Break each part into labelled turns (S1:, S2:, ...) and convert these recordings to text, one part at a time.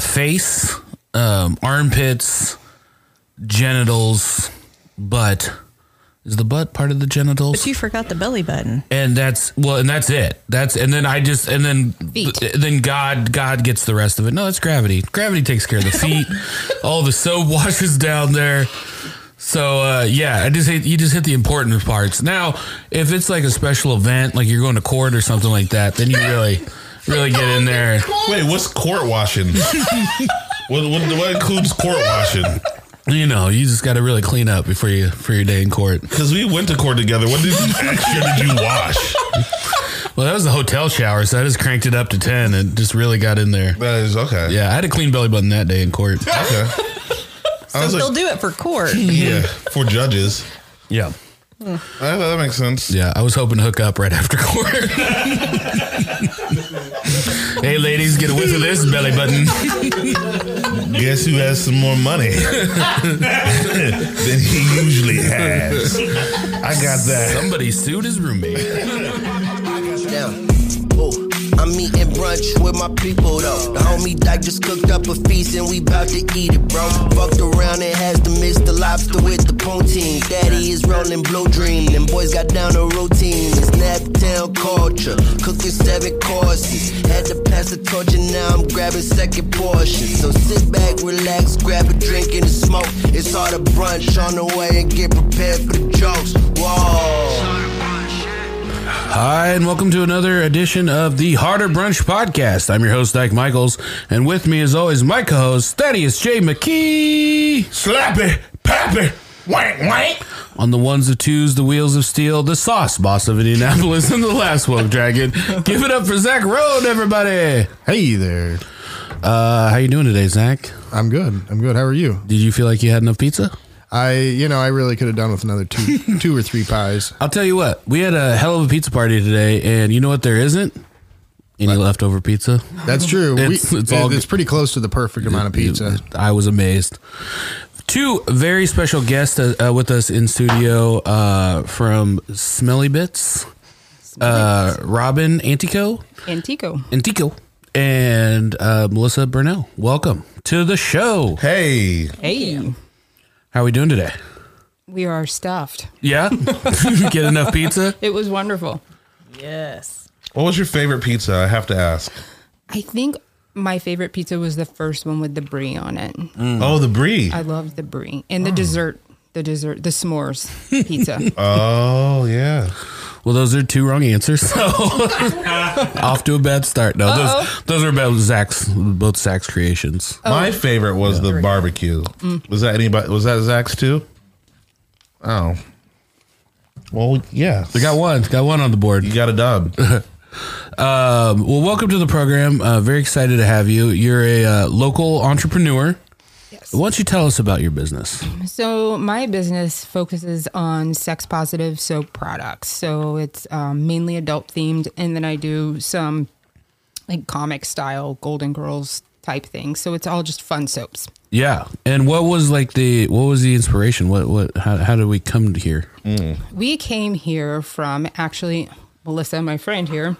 S1: face, um, armpits, genitals, butt. Is the butt part of the genitals?
S2: But you forgot the belly button.
S1: and that's well, and that's it. That's and then I just and then
S3: Feet.
S1: th- then God God gets the rest of it. No, it's gravity. Gravity takes care of the feet. All the soap washes down there. So uh, yeah, I just hit, you just hit the important parts. Now, if it's like a special event, like you're going to court or something like that, then you really really get in there.
S4: Wait, what's court washing? what, what, what includes court washing?
S1: You know, you just got to really clean up before you for your day in court.
S4: Because we went to court together. What did extra did you wash?
S1: Well, that was the hotel shower, so I just cranked it up to ten and just really got in there.
S4: That is okay.
S1: Yeah, I had a clean belly button that day in court.
S4: Okay. I
S2: So
S4: was
S2: they'll
S4: like,
S2: do it for court.
S4: yeah, for judges.
S1: Yeah.
S4: Uh, that makes sense.
S1: Yeah, I was hoping to hook up right after court. hey, ladies, get a whiff of this belly button.
S4: Guess who has some more money than he usually has? I got that.
S1: Somebody sued his roommate.
S5: down. Ooh, I'm eating brunch with my people though. The homie Dyke just cooked up a feast and we bout to eat it, bro. Fucked around and has to mix the lobster with the poutine. Daddy is rolling blue dream. Them boys got down a routine. It's Naptown culture. Cooking seven courses. Had to pass the torch and now I'm grabbing second portions. So sit back, relax, grab a drink and a smoke. It's all the brunch on the way and get prepared for the jokes. Whoa.
S1: Hi, and welcome to another edition of the Harder Brunch Podcast. I'm your host, Dyke Michaels, and with me, as always, my co host, Thaddeus J. McKee.
S4: Slap it, pop it, wank, wank.
S1: On the ones, the twos, the wheels of steel, the sauce boss of Indianapolis, and the last woke dragon. Give it up for Zach Road, everybody.
S6: Hey there.
S1: Uh, how you doing today, Zach?
S6: I'm good. I'm good. How are you?
S1: Did you feel like you had enough pizza?
S6: I, you know, I really could have done with another two, two or three pies.
S1: I'll tell you what, we had a hell of a pizza party today, and you know what there isn't? Any leftover pizza.
S6: That's true.
S1: It's- it's all
S6: it's
S1: good.
S6: pretty close to the perfect amount of pizza.
S1: I was amazed. Two very special guests uh, uh, with us in studio uh, from Smelly Bits, uh, Robin Antico,
S3: Antico.
S1: Antico, and uh, Melissa Burnell. Welcome to the show.
S4: Hey,
S3: Hey.
S1: How are we doing today?
S3: We are stuffed.
S1: Yeah, get enough pizza.
S3: It was wonderful.
S2: Yes.
S4: what was your favorite pizza? I have to ask.
S3: I think my favorite pizza was the first one with the brie on it.
S4: Oh, the brie.
S3: I loved the brie and the dessert, the dessert, the s'mores pizza.
S4: Oh, yeah.
S1: Well, those are two wrong answers. So off to a bad start. No,
S3: Uh-oh.
S1: those those are both Zach's both Zach's creations.
S4: My favorite was the barbecue. Was that anybody? Was that Zach's too? Oh. Well, yeah.
S1: We got one. Got one on the board.
S4: you got a dub.
S1: Um, well, welcome to the program. Uh, very excited to have you. You're a uh, local entrepreneur.
S3: Yes.
S1: Why don't you tell us about your business?
S3: So my business focuses on sex positive soap products. So it's um, mainly adult themed, and then I do some like comic style Golden Girls type things. So it's all just fun soaps.
S1: Yeah. And what was like the what was the inspiration? What what how, how did we come to here?
S3: We came here from actually Melissa, my friend here.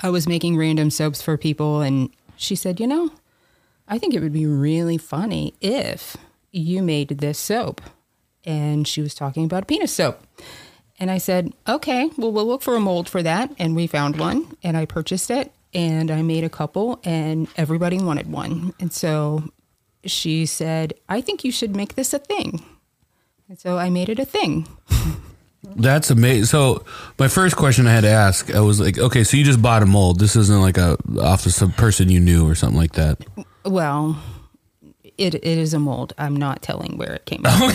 S3: I was making random soaps for people, and she said, You know, I think it would be really funny if you made this soap. And she was talking about penis soap. And I said, Okay, well, we'll look for a mold for that. And we found one, and I purchased it, and I made a couple, and everybody wanted one. And so she said, I think you should make this a thing. And so I made it a thing.
S1: That's amazing. So my first question I had to ask, I was like, okay, so you just bought a mold. This isn't like a off of some person you knew or something like that.
S3: Well, it it is a mold. I'm not telling where it came from.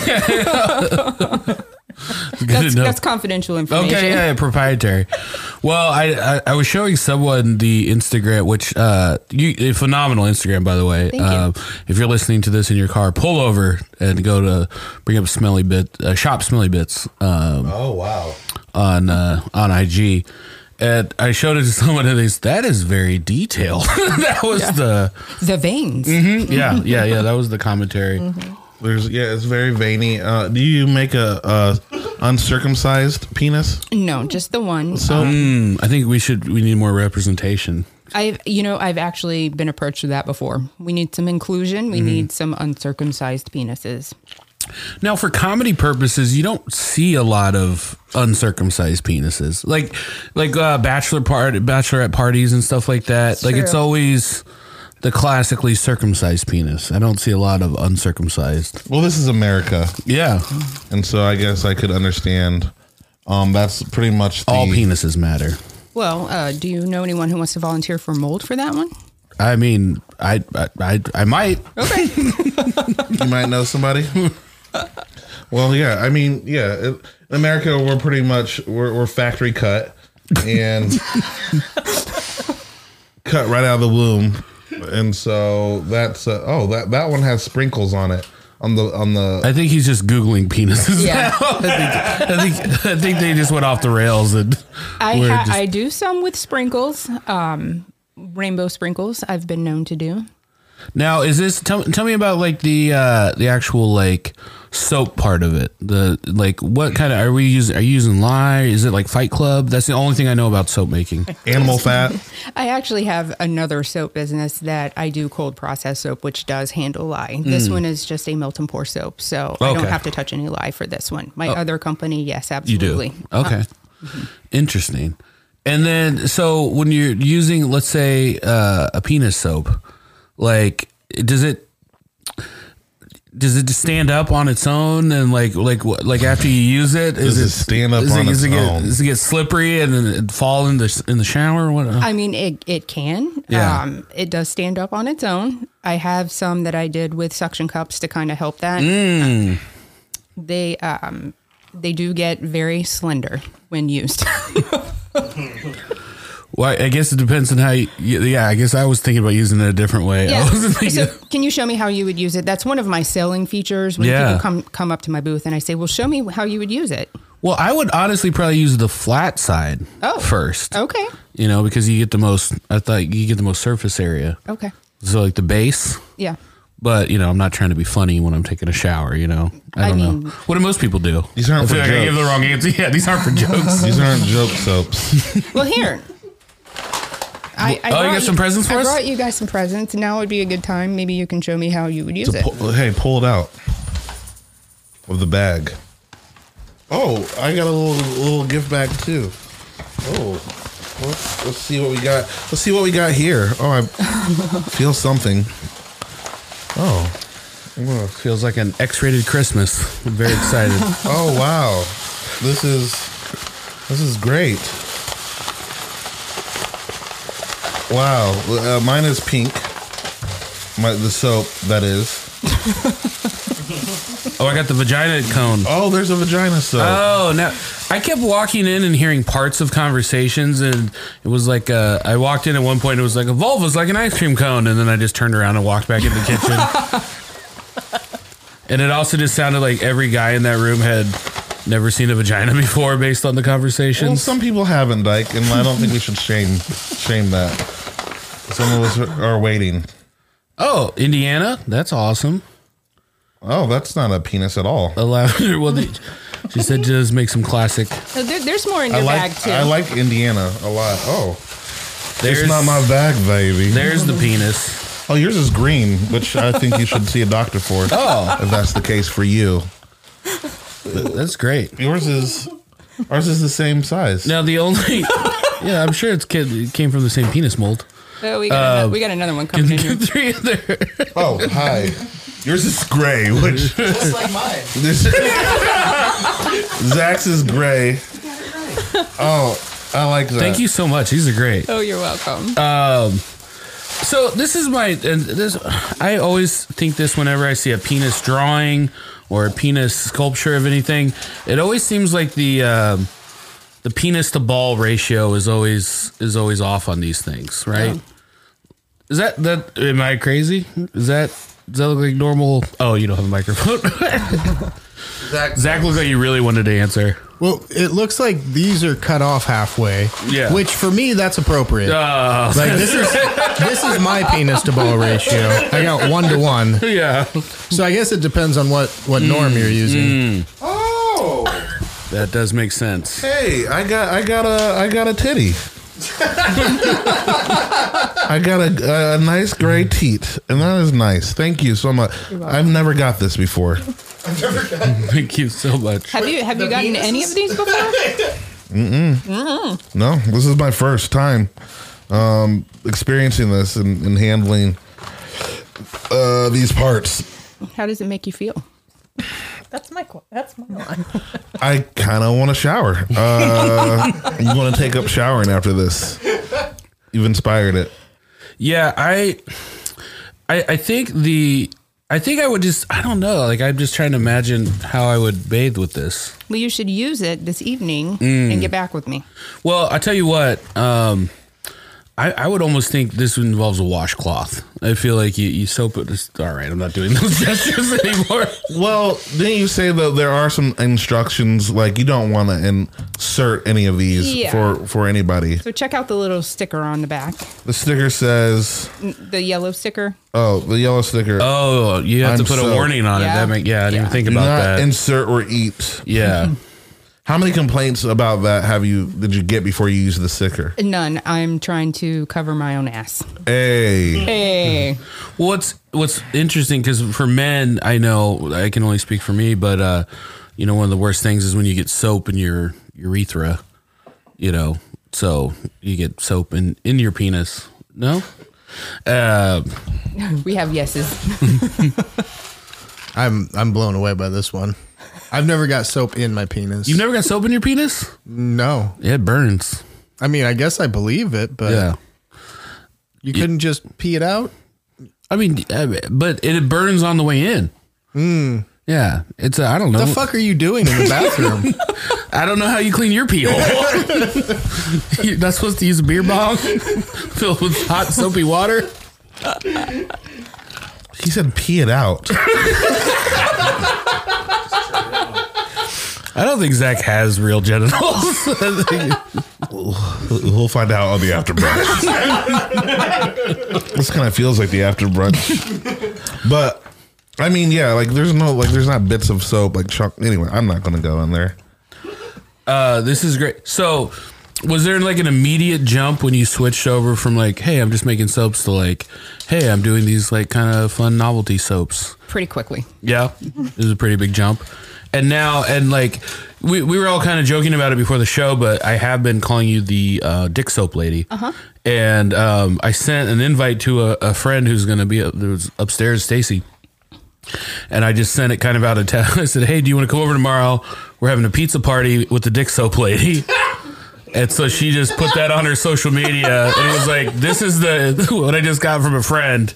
S1: Good
S3: that's,
S1: to know.
S3: that's confidential information.
S1: Okay, yeah, yeah, proprietary. well, I, I I was showing someone the Instagram, which uh, you a phenomenal Instagram by the way.
S3: Thank you.
S1: Uh, if you're listening to this in your car, pull over and go to bring up Smelly Bit uh, Shop Smelly Bits um,
S4: oh, wow.
S1: on uh, on IG. And I showed it to someone, and they said, "That is very detailed." that was the
S3: The veins.
S1: yeah, yeah, yeah. That was the commentary.
S3: Mm-hmm.
S4: There's yeah, it's very veiny. Uh, do you make a, a uncircumcised penis?
S3: No, just the one. Uh,
S4: So
S1: I think we should we need more representation.
S3: I've you know I've actually been approached with that before. We need some inclusion.
S1: Mm-hmm.
S3: We need some uncircumcised penises.
S1: Now, for comedy purposes, you don't see a lot of uncircumcised penises, like like uh, bachelor party, bachelorette parties, and stuff like that. like it's
S3: true.
S1: always the classically circumcised penis. I don't see a lot of uncircumcised.
S4: Well, this is America,
S1: Yeah,
S3: Mm-hmm.
S4: and so I guess I could understand. Um, that's pretty much the,
S1: all penises matter.
S3: Well, uh, do you know anyone who wants to volunteer for mold for that one?
S1: I mean, I I I, I might.
S4: You might know somebody. well, yeah. I mean, yeah. it- in America, we're pretty much we're, we're factory cut and cut right out of the womb, and so that's uh, oh that that one has sprinkles on it on the on the
S1: I think he's just googling penises.
S3: Yeah.
S1: now. I think I think I think they just went off the rails and
S3: I
S1: we're
S3: ha-
S1: just-
S3: I do some with sprinkles, um, rainbow sprinkles. I've been known to do.
S1: Now, is this tell, tell me about like the uh the actual like soap part of it? The like what kind of are we using are you using lye? Is it like Fight Club? That's the only thing I know about soap making.
S4: animal fat.
S3: I actually have another soap business that I do cold process soap, which does handle lye. This one is just a melt and pour soap, so I
S1: Mm.
S3: don't
S1: Okay. Oh.
S3: have to touch any lye for this one. My other company, yes,
S1: You do.
S3: absolutely.
S1: Okay. Uh-huh. Interesting. And then so when you're using let's say uh, a penis soap, like does it does it just stand up on its own and like like what- like after you use it is
S4: Does it stand up
S1: is
S4: on
S1: does
S4: its
S1: it get,
S4: own?
S1: Does it get slippery and then it fall in the in the shower? What? uh-huh.
S3: I mean, it it can.
S1: Yeah.
S3: Um, it does stand up on its own. I have some that I did with suction cups to kind of help that.
S1: Mm.
S3: They um, they do get very slender when used.
S1: Well, I guess it depends on how you. Yeah, I guess I was thinking about using it a different way.
S3: Yeah.
S1: I wasn't thinking.
S3: So, can you show me how you would use it? That's one of my selling features. When
S1: Yeah.
S3: people come come up to my booth and I say, "Well, show me how you would use it."
S1: well, I would honestly probably use the flat side
S3: Oh.
S1: first.
S3: Okay.
S1: You know, because you get the most. I thought you get the most surface area.
S3: Okay.
S1: So like the base.
S3: Yeah.
S1: But you know, I'm not trying to be funny when I'm taking a shower. You know, I
S3: I
S1: don't know.
S3: mean-
S1: What do most people do?
S4: These aren't
S1: I feel
S4: for
S1: like I
S4: jokes.
S1: gave the wrong answer. Yeah, these aren't for jokes.
S4: These aren't joke soaps.
S3: Well, here. I, I
S1: Oh, you
S3: brought
S1: got some presents for
S3: I
S1: us?
S3: brought you guys some presents. Now would be a good time. Maybe you can show me how you would use
S4: To
S3: it.
S4: pull, hey, pull it out of the bag. Oh, I got a little little gift bag too. Oh, let's, let's see what we got. Let's see what we got here. Oh, I feel something. Oh,
S1: Well, feels like an X-rated Christmas. I'm very excited.
S4: oh wow, this is this is great. Wow, uh, mine is pink. My, the soap that is.
S1: oh, I got the vagina cone.
S4: Oh, there's a vagina soap.
S1: Oh no! I kept walking in and hearing parts of conversations, and it was like uh, I walked in at one point. and It was like a vulva's like an ice cream cone, and then I just turned around and walked back in the kitchen. and it also just sounded like every guy in that room had never seen a vagina before, based on the
S4: Well,
S1: conversations.
S4: some people haven't, Dyke, and I don't think we should shame shame that. Some of us are are waiting.
S1: oh, Indiana, that's awesome.
S4: Oh, that's not a penis at all.
S1: A lavender. Well, they, she said just make some classic.
S3: So Oh, there, there's more in
S4: I
S3: your
S4: like
S3: bag too.
S4: I like Indiana a lot. Oh,
S1: There's
S4: it's not my bag, baby.
S1: There's the penis.
S4: Oh, yours is green, which I think you should see a doctor for.
S1: Oh.
S4: if that's the case for you,
S1: That's great.
S4: yours is ours is the same size.
S1: Now the only. Yeah, I'm sure it's kid it came from the same penis mold.
S3: Oh,
S1: uh,
S3: we, got another, we got another one coming in here.
S1: three in there.
S4: Oh, hi. Yours is gray, which
S7: Just like mine.
S4: This Zach's is gray. Oh, I like that.
S1: Thank you so much. These are great.
S3: Oh, you're welcome.
S1: Uh, So this is my and this. I always think this whenever I see a penis drawing or a penis sculpture of anything. It always seems like the um, the penis to ball ratio is always is always off on these things, right? Is that that? Am I crazy? Is that does that look like normal? Oh, you don't have a microphone. Zach, Zach looks like you really wanted to answer.
S6: Well, it looks like these are cut off halfway.
S1: Yeah.
S6: Which for me, that's appropriate.
S1: Uh,
S6: like this is this is my penis to ball ratio. I got one to one.
S1: yeah,
S6: So I guess it depends on what what norm
S1: Mm,
S6: you're using.
S4: Oh,
S1: that does make sense.
S4: hey, I got, I got a, I got a titty. I got a, a nice gray teat, and that is nice. Thank you so much. I've never got this before.
S1: Thank you so much.
S3: Have you have you gotten any of these before?
S4: No, this is my first time um, experiencing this and, and handling uh, these parts.
S3: How does it make you feel?
S2: That's my qu- that's my line.
S4: I kind of want to shower. Uh, you want to take up showering after this? You've inspired it.
S1: Yeah, I, I, I think the, I think I would just, I don't know. Like I'm just trying to imagine how I would bathe with this.
S3: Well, you should use it this evening
S1: Mm.
S3: and get back with me.
S1: Well, I tell you what, um, I, I would almost think this involves a washcloth. I feel like you, you soap it. Just, all right, I'm not doing those gestures anymore.
S4: Well, didn't you say that there are some instructions like you don't want to insert any of these
S3: Yeah.
S4: for for anybody?
S3: So check out the little sticker on the back,
S4: The sticker says,
S3: the yellow sticker.
S4: "Oh, the yellow sticker.
S1: Oh, you have
S4: I'm
S1: to put
S4: soaked.
S1: a warning on
S3: Yeah.
S1: it. That make yeah, I didn't even
S3: Yeah.
S1: think
S4: do
S1: about
S4: not
S1: that.
S4: insert or eat."
S1: yeah,
S4: How many complaints about that have you did you get before you used the sticker?
S3: None. I'm trying to cover my own ass.
S4: Hey,
S3: Hey,
S1: Well, what's what's interesting because for men, I know I can only speak for me, but uh, you know, one of the worst things is when you get soap in your urethra. You know, so you get soap in in your penis. No, uh,
S3: we have yeses.
S6: I'm I'm blown away by this one. I've never got soap in my penis.
S1: you've never got soap in your penis.
S6: No.
S1: It burns.
S6: I mean, I guess I believe it, but
S1: Yeah.
S6: you couldn't just pee it out.
S1: I mean, uh, but it burns on the way in. Yeah, it's uh, I I don't know.
S6: Hmm. The fuck are you doing in the bathroom?
S1: I don't know how you clean your pee hole. You're not supposed to use a beer bong filled with hot soapy water.
S4: he said pee it out.
S1: I don't think Zach has real genitals.
S4: we'll find out on the after brunch. this kind of feels like the after brunch, but I mean, yeah, like there's no like there's not bits of soap like chunk. Anyway, I'm not gonna go in there.
S1: uh, this is great. So, was there like an immediate jump when you switched over from like, hey, I'm just making soaps to like, hey, I'm doing these like kind of fun novelty soaps?
S3: Pretty quickly.
S1: Yeah, it was a pretty big jump. And now, and like, we, we were all kind of joking about it before the show, but I have been calling you the uh, dick soap lady. Uh-huh. And um, I sent an invite to a, a friend who's going to be up, there was upstairs, Stacy. And I just sent it kind of out of town. I said, hey, do you want to come over tomorrow? We're having a pizza party with the dick soap lady. And so she just put that on her social media and it was like, this is the what I just got from a friend.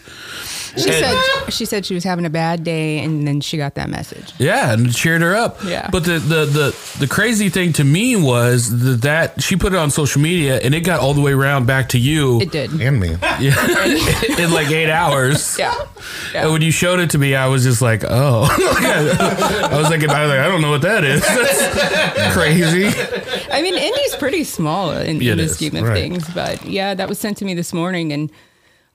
S3: She said she said she was having a bad day, and then she got that message.
S1: Yeah, and it cheered her up.
S3: Yeah.
S1: But the, the the the crazy thing to me was that, that she put it on social media and it got all the way around back to you
S3: It did.
S4: And me,
S1: in like eight hours.
S3: Yeah. Yeah.
S1: And when you showed it to me, I was just like, oh. I was like, I was like, I don't know what that is. That's crazy.
S3: I mean, Indy's pretty small in,
S1: Yeah, it
S3: in the
S1: is,
S3: scheme of
S4: right.
S3: things, but yeah, that was sent to me this morning, and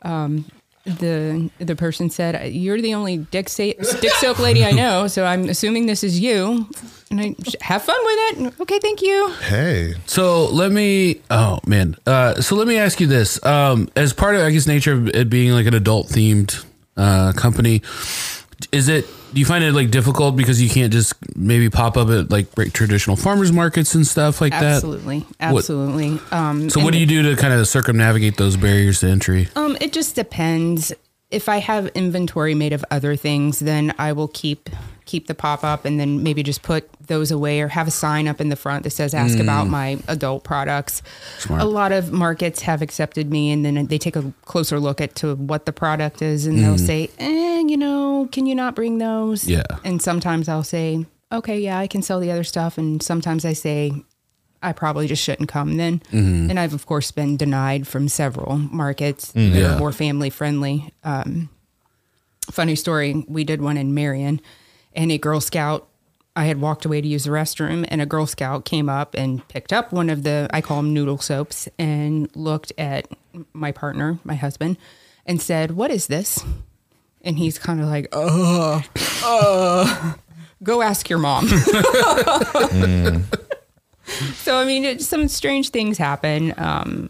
S3: um, the the person said, "You're the only dick, sa- dick soap lady I know, so I'm assuming this is you." And I have fun with it. Okay, thank you.
S4: hey,
S1: So let me, oh man. Uh, so let me ask you this. Um, as part of, I guess, nature of it being like an adult themed uh, company, is it, do you find it like difficult because you can't just maybe pop up at like break traditional farmers markets and stuff like
S3: Absolutely, absolutely. Um,
S1: that? So what do you do to kind of circumnavigate those barriers to entry?
S3: Um, it just depends. If I have inventory made of other things, then I will keep keep the pop up and then maybe just put those away or have a sign up in the front that says ask about my adult products. A lot of markets have accepted me and then they take a closer look at to what the product is and they'll say, eh, you know, can you not bring those?
S1: Yeah.
S3: And sometimes I'll say, okay, yeah, I can sell the other stuff. And sometimes I say, I probably just shouldn't come then. And I've, of course, been denied from several markets that
S1: Yeah.
S3: are more family friendly. Um, funny story we did one in Marion, and a Girl Scout. I had walked away to use the restroom, and a Girl Scout came up and picked up one of the, I call them noodle soaps, and looked at my partner, my husband, and said, What is this? And he's kind of like, Ugh, uh, go ask your mom. So I mean, it, some strange things happen. Um,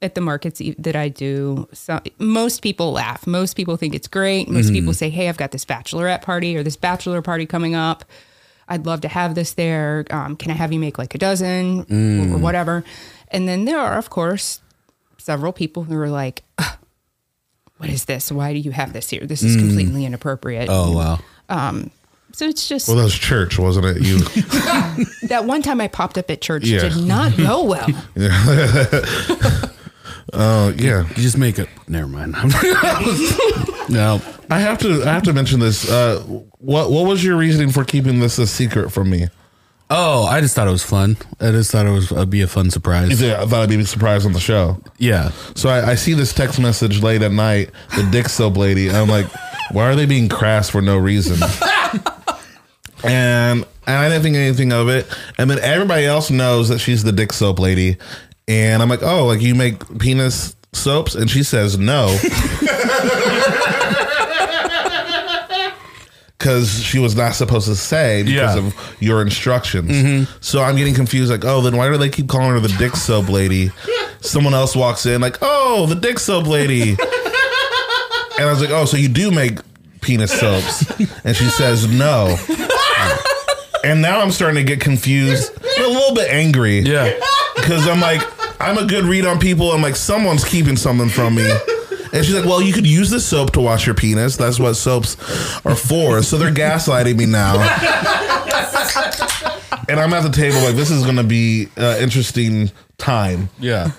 S3: at the markets e- that I do, so, most people laugh. Most people think it's great. Most
S4: Mm-hmm.
S3: people say, "Hey, I've got this bachelorette party or this bachelor party coming up. I'd love to have this there. Um, can I have you make like a dozen
S4: Mm.
S3: or whatever?" And then there are, of course, several people who are like, "Ugh, "What is this? Why do you have this here? This
S4: Mm.
S3: is completely inappropriate."
S1: Oh wow.
S3: So it's just
S4: Well, that was church, wasn't it? You,
S3: that one time I popped up at church
S4: Yeah.
S3: did not go well.
S4: uh, yeah.
S1: You just make it. Never mind. no.
S4: I have to, I have to mention this. Uh, what, what was your reasoning for keeping this a secret from me?
S1: Oh, I just thought it was fun. I just thought it was uh, be a fun surprise.
S4: Yeah, I thought I'd be surprised on the show.
S1: yeah.
S4: So I, I see this text message late at night, the dick soap lady. And I'm like, why are they being crass for no reason? and and I didn't think anything of it. And then everybody else knows that she's the dick soap lady. And I'm like, oh, like you make penis soaps? And she says no. Because she was not supposed to say because
S1: Yeah.
S4: of your instructions. So I'm getting confused. Like, oh, then why do they keep calling her the dick soap lady? Someone else walks in, like, oh, the dick soap lady. And I was like, oh, so you do make penis soaps? And she says, no. and now I'm starting to get confused, and a little bit angry.
S1: Yeah.
S4: Because I'm like, I'm a good read on people. I'm like, someone's keeping something from me. And she's like, well, you could use this soap to wash your penis. That's what soaps are for. So they're gaslighting me now. and I'm at the table, like, this is going to be uh, interesting time.
S1: Yeah.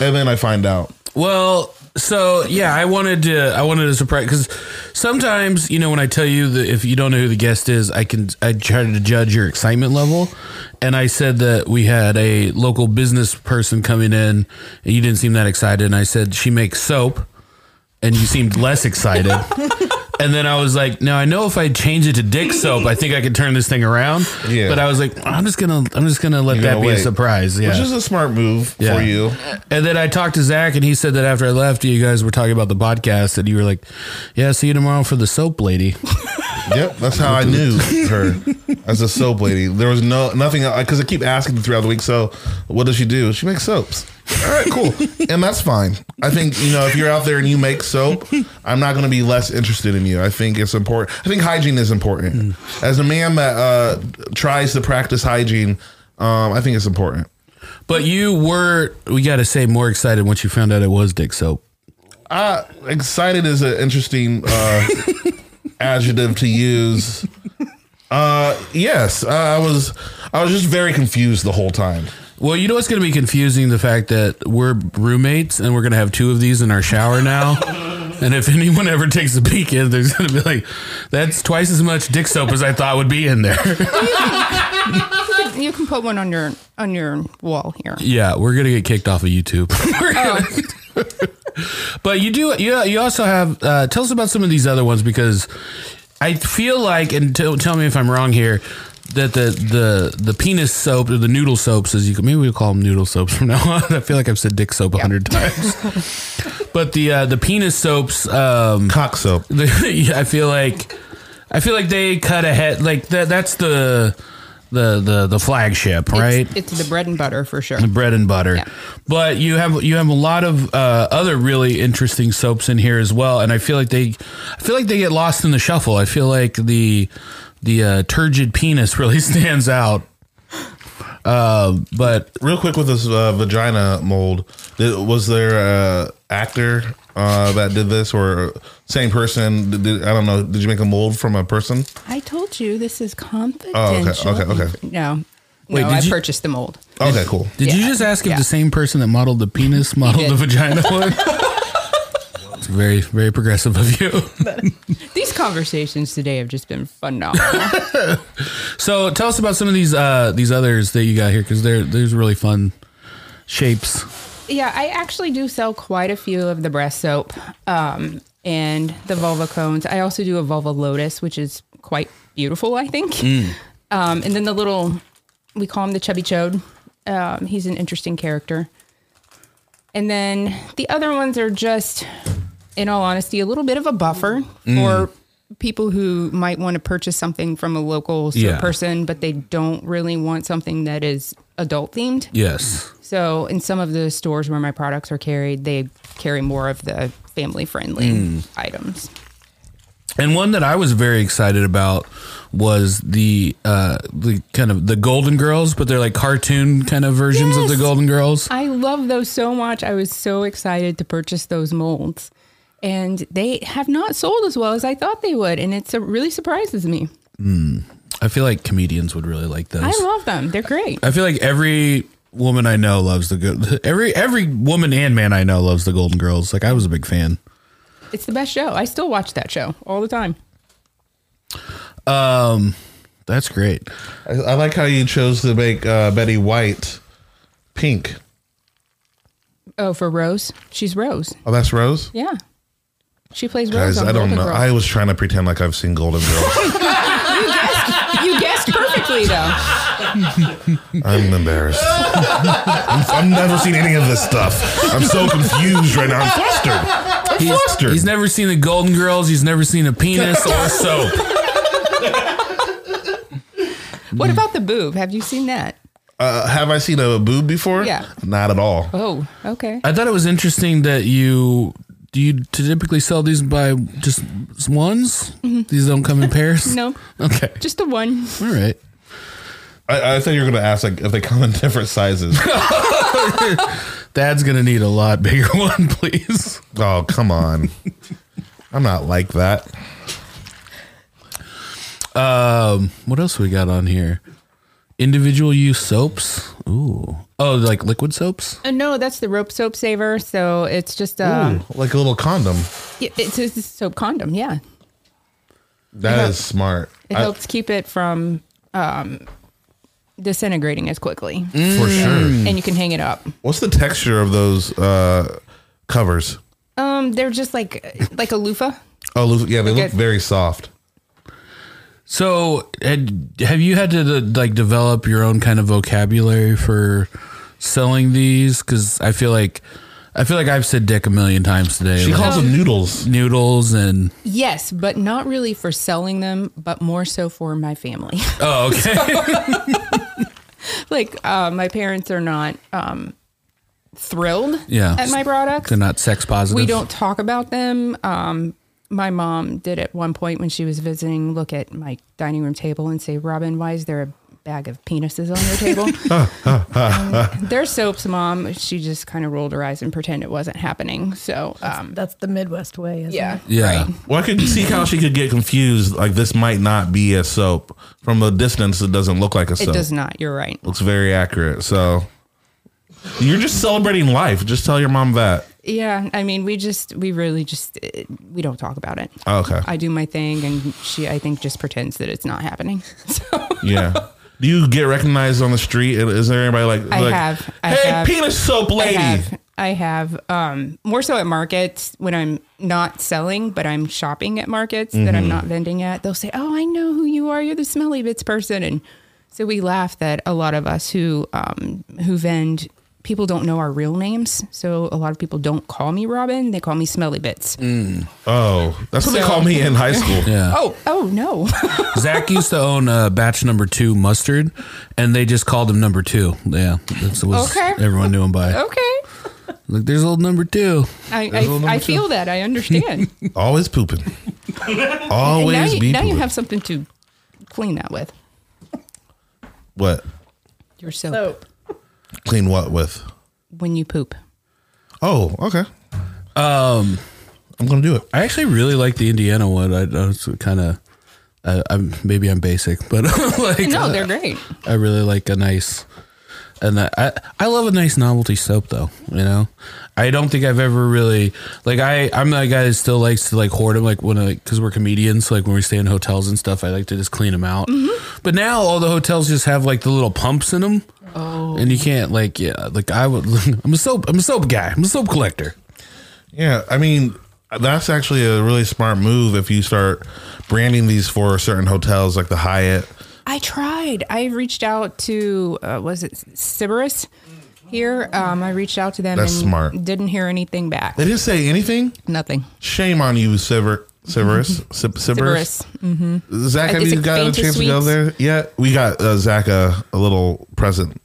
S4: And then I find out.
S1: Well, so yeah, I wanted to I wanted to surprise because sometimes you know when I tell you that if you don't know who the guest is, I can I try to judge your excitement level, and I said that we had a local business person coming in, and you didn't seem that excited, and I said she makes soap, and you seemed less excited. And then I was like, now I know if I change it to dick soap, I think I could turn this thing around.
S4: Yeah.
S1: But I was like, I'm just gonna, I'm just gonna let
S4: You're
S1: that
S4: gonna
S1: be a
S4: wait.
S1: surprise. Yeah.
S4: Which is a smart move
S1: Yeah.
S4: for you.
S1: And then I talked to Zach, and he said that after I left, you guys were talking about the podcast, and you were like, "Yeah, see you tomorrow for the soap lady."
S4: Yep, that's how I knew her as a soap lady. There was no nothing because I keep asking throughout the week. So, what does she do? She makes soaps. All right, cool, and that's fine. I think you know if you're out there and you make soap, I'm not going to be less interested in you. I think it's important. I think hygiene is important. As a man that uh, tries to practice hygiene, um, I think it's important.
S1: but you were, we got to say, more excited once you found out it was dick soap.
S4: Uh, excited is an interesting uh, adjective to use. Uh, yes, uh, I was. I was just very confused the whole time.
S1: Well, you know what's going to be confusing? The fact that we're roommates and we're going to have two of these in our shower now. And if anyone ever takes a peek in, there's going to be like, that's twice as much dick soap as I thought would be in there.
S3: you can put one on your on your wall here.
S1: Yeah, we're gonna get kicked off of YouTube. We're gonna- but you do, you you also have. Uh, tell us about some of these other ones because I feel like, and tell tell me if I'm wrong here, that the the the penis soap or the noodle soaps, as you can, maybe we'll call them noodle soaps from now on. I feel like I've said dick soap a hundred times, but the uh, the penis soaps. Um,
S4: Cock soap.
S1: the- yeah, I feel like I feel like they cut ahead. Like that. That's the the the the flagship, right?
S3: It's, it's the bread and butter for sure.
S1: bread and butter.
S3: Yeah.
S1: But you have you have a lot of uh, other really interesting soaps in here as well, and I feel like they, I feel like they get lost in the shuffle. I feel like the the uh, turgid penis really stands out. Uh, but
S4: Real quick with this uh, vagina mold, th- was there a actor uh, that did this or same person? Did- did- I don't know. Did you make a mold from a person?
S3: I told you this
S1: Oh,
S3: is confidential.
S4: okay, okay.
S3: No.
S1: Wait,
S3: no,
S1: did
S3: I
S1: you-
S3: purchased the mold.
S4: Okay, cool.
S1: did you
S3: Yeah.
S1: just ask if
S3: Yeah.
S1: the same person that modeled the penis modeled the vagina one? It's very very progressive of you.
S3: These conversations today have just been phenomenal.
S1: So tell us about some of these uh, these others that you got here because they're there's really fun shapes.
S3: yeah, I actually do sell quite a few of the breast soap um, and the vulva cones. I also do a vulva lotus, which is quite beautiful, I think. Um, and then the little, we call him the chubby chode. Um, he's an interesting character. And then the other ones are just, in all honesty, a little bit of a buffer for people who might want to purchase something from a local
S1: Yeah.
S3: person, but they don't really want something that is adult themed.
S1: Yes.
S3: So, in some of the stores where my products are carried, they carry more of the family friendly
S4: Hmm.
S3: items.
S1: And one that I was very excited about was the uh the kind of the Golden Girls, but they're like cartoon kind of versions of the
S3: Yes.
S1: Golden Girls.
S3: I love those so much. I was so excited to purchase those molds. And they have not sold as well as I thought they would. And it really surprises me.
S1: I feel like comedians would really like those.
S3: I love them. They're great.
S4: Uh.
S1: I feel like every woman I know loves the good every every woman and man I know loves the Golden Girls. Like I was a big fan.
S3: It's the best show. I still watch that show all the time.
S1: That's great.
S4: I, I like how you chose to make uh, Betty White pink.
S3: Oh, for Rose? She's Rose.
S4: Oh, that's Rose.
S3: Yeah. She plays Rose.
S4: Guys,
S3: on
S4: I don't
S3: Golden
S4: know.
S3: Girls.
S4: I was trying to pretend like I've seen Golden Girls.
S3: you guessed perfectly, though.
S4: I'm embarrassed. I've never seen any of this stuff. I'm so confused right now. I'm flustered. I'm flustered.
S1: He's never seen the Golden Girls. He's never seen a penis or soap.
S4: Hmm.
S3: What about the boob? Have you seen that?
S4: uh, have I seen a boob before?
S3: Yeah.
S4: Not at all.
S3: Oh, okay.
S1: I thought it was interesting that you do you typically sell these by just ones. These don't come in pairs.
S3: Mm-hmm. No,
S1: Okay.
S3: just the one.
S1: All right.
S4: I, I thought you were going to ask like if they come in different sizes.
S1: Dad's gonna need a lot bigger one, please.
S4: oh, come on. I'm not like that.
S1: Um, what else we got on here? Individual use soaps. Ooh. Oh, like liquid soaps.
S3: Uh, no, that's the rope soap saver. So it's just uh,
S4: Like a little condom.
S3: y- it's a soap condom. Yeah,
S4: That is smart.
S3: it
S4: I-
S3: helps keep it from um, disintegrating as quickly,
S4: for
S3: Mm.
S4: sure.
S3: and you can hang it up.
S4: What's the texture of those uh, covers?
S3: Um, they're just like like a loofah.
S4: Oh, lo- yeah, they look
S3: Okay.
S4: very soft.
S1: So, had, have you had to uh, like develop your own kind of vocabulary for selling these? Because I feel like I feel like I've said dick a million times today.
S4: She
S1: Like,
S4: calls them noodles.
S1: noodles and
S3: Yes, but not really for selling them, but more so for my family.
S1: oh, okay.
S3: like uh, my parents are not um, thrilled
S1: Yeah.
S3: at my products.
S1: They're not sex positive.
S3: we don't talk about them. Um, my mom did at one point when she was visiting look at my dining room table and say, Robin, why is there a bag of penises on your table? um, they're soaps, mom. She just kind of rolled her eyes and pretended it wasn't happening. So, um,
S2: That's the Midwest way, isn't
S3: yeah.
S2: it?
S1: Yeah.
S4: Well, I could see how she could get confused. Like this might not be a soap. From a distance, it doesn't look like a
S3: It
S4: soap.
S3: does not. You're right.
S4: Looks very accurate. So you're just celebrating life. Just tell your mom that.
S3: Yeah. I mean, we just, we really just, eh, we don't talk about it.
S4: Oh, Okay.
S3: I do my thing and she, I think, just pretends that it's not happening. So,
S4: Yeah. Do you get recognized on the street? Is there anybody like?
S3: I
S4: like,
S3: have. I
S4: hey,
S3: have.
S4: penis soap lady.
S3: I have. I have um, more so at markets when I'm not selling, but I'm shopping at markets that
S4: Mm-hmm.
S3: I'm not vending at. They'll say, "Oh, I know who you are. You're the smelly bits person," and so we laugh that a lot of us who um, who vend people don't know our real names. So a lot of people don't call me Robin; they call me Smelly Bits.
S4: Mm. Oh, that's what they
S3: So-
S4: called me in high school.
S1: Yeah.
S3: Oh, oh no!
S1: Zach used to own uh, batch number two mustard, and they just called him number two. Yeah, that's what
S3: Okay.
S1: everyone knew him by.
S3: okay,
S1: Like, there's old number two.
S3: I I, I feel that. I understand.
S4: Always pooping.
S3: and
S4: Always
S3: now you,
S4: be.
S3: now you
S4: pooping.
S3: have something to clean that with.
S4: what?
S3: Your soap
S2: Soap.
S4: Clean what with?
S3: when you poop.
S4: Oh, okay. Um, I'm gonna do it.
S1: I actually really like the Indiana one. I, I was kind of, uh, I'm maybe I'm basic, but like uh,
S3: No, they're great.
S1: I really like a nice, and I I- I love a nice novelty soap though. You know, I don't think I've ever really like I I'm that guy that still likes to like hoard them like when I because we're comedians like when we stay in hotels and stuff I like to just clean them out. But now all the hotels just have like the little pumps in them. Oh, and you can't like yeah like I would I'm a soap I'm a soap guy I'm a soap collector.
S4: Yeah, I mean that's actually a really smart move if you start branding these for certain hotels like the Hyatt.
S3: I tried. I reached out to uh, was it Sybaris here? Um, I reached out to them
S4: That's
S3: and
S4: smart.
S3: didn't hear anything back.
S4: They didn't say anything. Mm-hmm.
S3: Nothing.
S4: Shame on you, Siver. Siverus, Sib- Siverus,
S3: Sybaris.
S4: Zach, have
S3: Is
S4: you
S3: it
S4: got a
S3: Fanta
S4: chance to go
S3: Sweets?
S4: there? Yeah, we got uh, Zach a, a little present.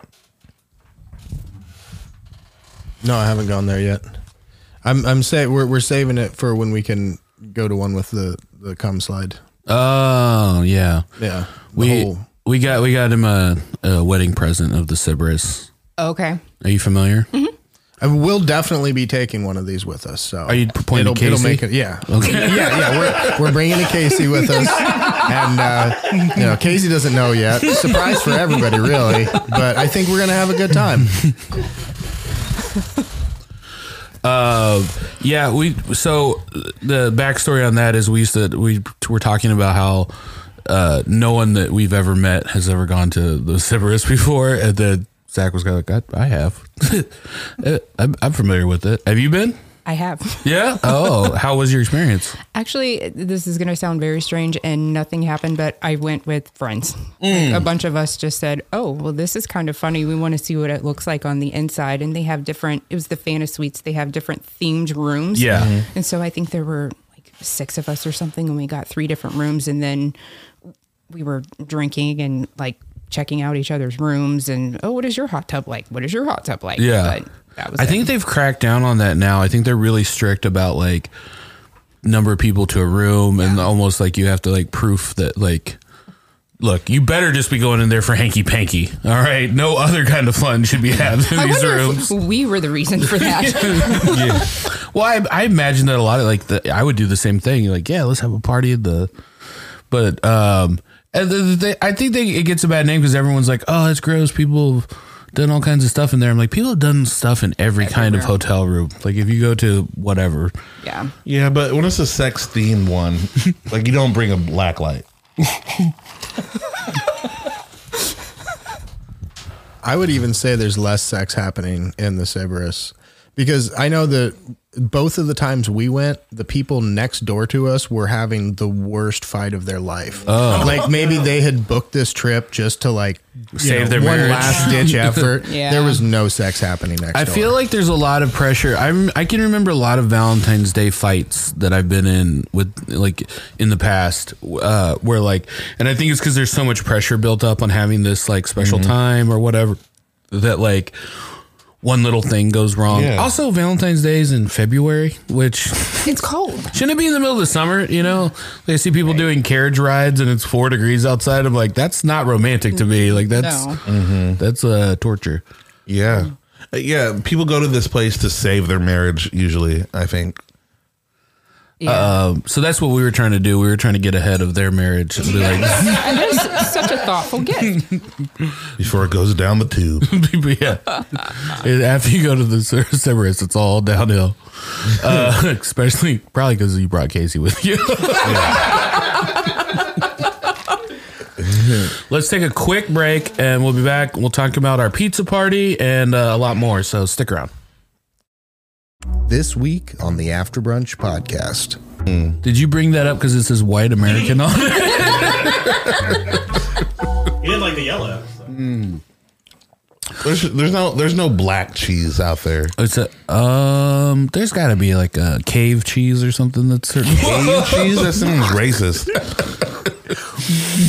S6: No, I haven't gone there yet. I'm I'm say we're we're saving it for when we can go to one with the the cum slide.
S1: Oh yeah,
S6: Yeah, the
S1: we
S6: whole-
S1: we got we got him a, a wedding present of the Sybaris.
S3: Mm, Okay.
S1: Are you familiar?
S6: I will definitely be taking one of these with us. So
S1: Are you pointing
S6: it'll,
S1: to
S6: it'll
S1: Casey?
S6: make it. Yeah.
S1: Okay.
S6: Yeah, yeah, we're, we're bringing a Casey with us, and uh, you know Casey doesn't know yet. Surprise for everybody, really. But I think we're gonna have a good time.
S1: Yeah, we so the backstory on that is we used to we were talking about how uh, no one that we've ever met has ever gone to the Sybaris before, and then Zach was kind of like, I, I have, Uh, I'm, I'm familiar with it. Have you been?
S3: I have.
S1: Yeah. Oh, how was your experience?
S3: Actually, this is going to sound very strange and nothing happened, but I went with friends. Like, a
S4: Mm.
S3: bunch of us just said, oh, well, this is kind of funny. We want to see what it looks like on the inside. And they have different, it was the Fanta Suites, they have different themed rooms.
S1: Yeah. Mhm.
S3: And so I think there were like six of us or something, and we got three different rooms. And then we were drinking and like checking out each other's rooms and, oh, what is your hot tub like? What is your hot tub like?
S1: Yeah.
S3: But that was
S1: I
S3: it.
S1: think they've cracked down on that now. I think they're really strict about like number of people to a room and almost like you have to like proof that like look, you better just be going in there for hanky panky. All right. No other kind of fun should be had in
S3: I
S1: these
S3: wonder
S1: rooms.
S3: if we were the reason for that.
S1: yeah. Well, I, I imagine that a lot of like the, I would do the same thing. Like, yeah, let's have a party at the, but um, and the, the, they- I think they it gets a bad name because everyone's like, oh, that's gross. People have done all kinds of stuff in there. I'm like, people have done stuff in every kind of hotel room. Like, if you go to whatever,
S3: Yeah.
S4: Yeah, but when it's a sex themed one, like you don't bring a black light.
S6: I would even say there's less sex happening in the Sybaris because I know that both of the times we went, the people next door to us were having the worst fight of their life. Oh. Like maybe they had booked this trip just to like you
S1: Save their
S6: one
S1: marriage.
S6: last ditch effort.
S3: Yeah.
S6: There was no sex happening next
S1: I
S6: door.
S1: feel like there's a lot of pressure. I'm I can remember a lot of Valentine's Day fights that I've been in with like in the past uh where like and I think it's cuz there's so much pressure built up on having this like special time or whatever that like one little thing goes wrong.
S4: Yeah.
S1: Also Valentine's Day's in February, which
S3: It's cold.
S1: shouldn't it be in the middle of the summer, you know? Like I see people doing carriage rides and it's 4 degrees outside. I'm like that's not romantic to me. Like that's
S3: No.
S1: that's uh torture.
S4: Yeah. Uh, Yeah, people go to this place to save their marriage usually, I think.
S3: Yeah.
S1: Um, So that's what we were trying to do. We were trying to get ahead of their marriage. And be like,
S3: and that is such a thoughtful gift.
S4: Before it goes down the tube.
S1: yeah. And after you go to the Cer- Cerberus, it's all downhill. Uh, especially probably because you brought Casey with you. Let's take a quick break and we'll be back. We'll talk about our pizza party and uh, a lot more. So stick around.
S7: This week on the After Brunch podcast.
S1: Did you bring that up because it says white American on it?
S8: He didn't like the yellow. so.
S4: There's there's no there's no black cheese out there.
S1: It's a, um, there's got to be like a cave cheese or something that's certain.
S4: Cave cheese? That sounds racist.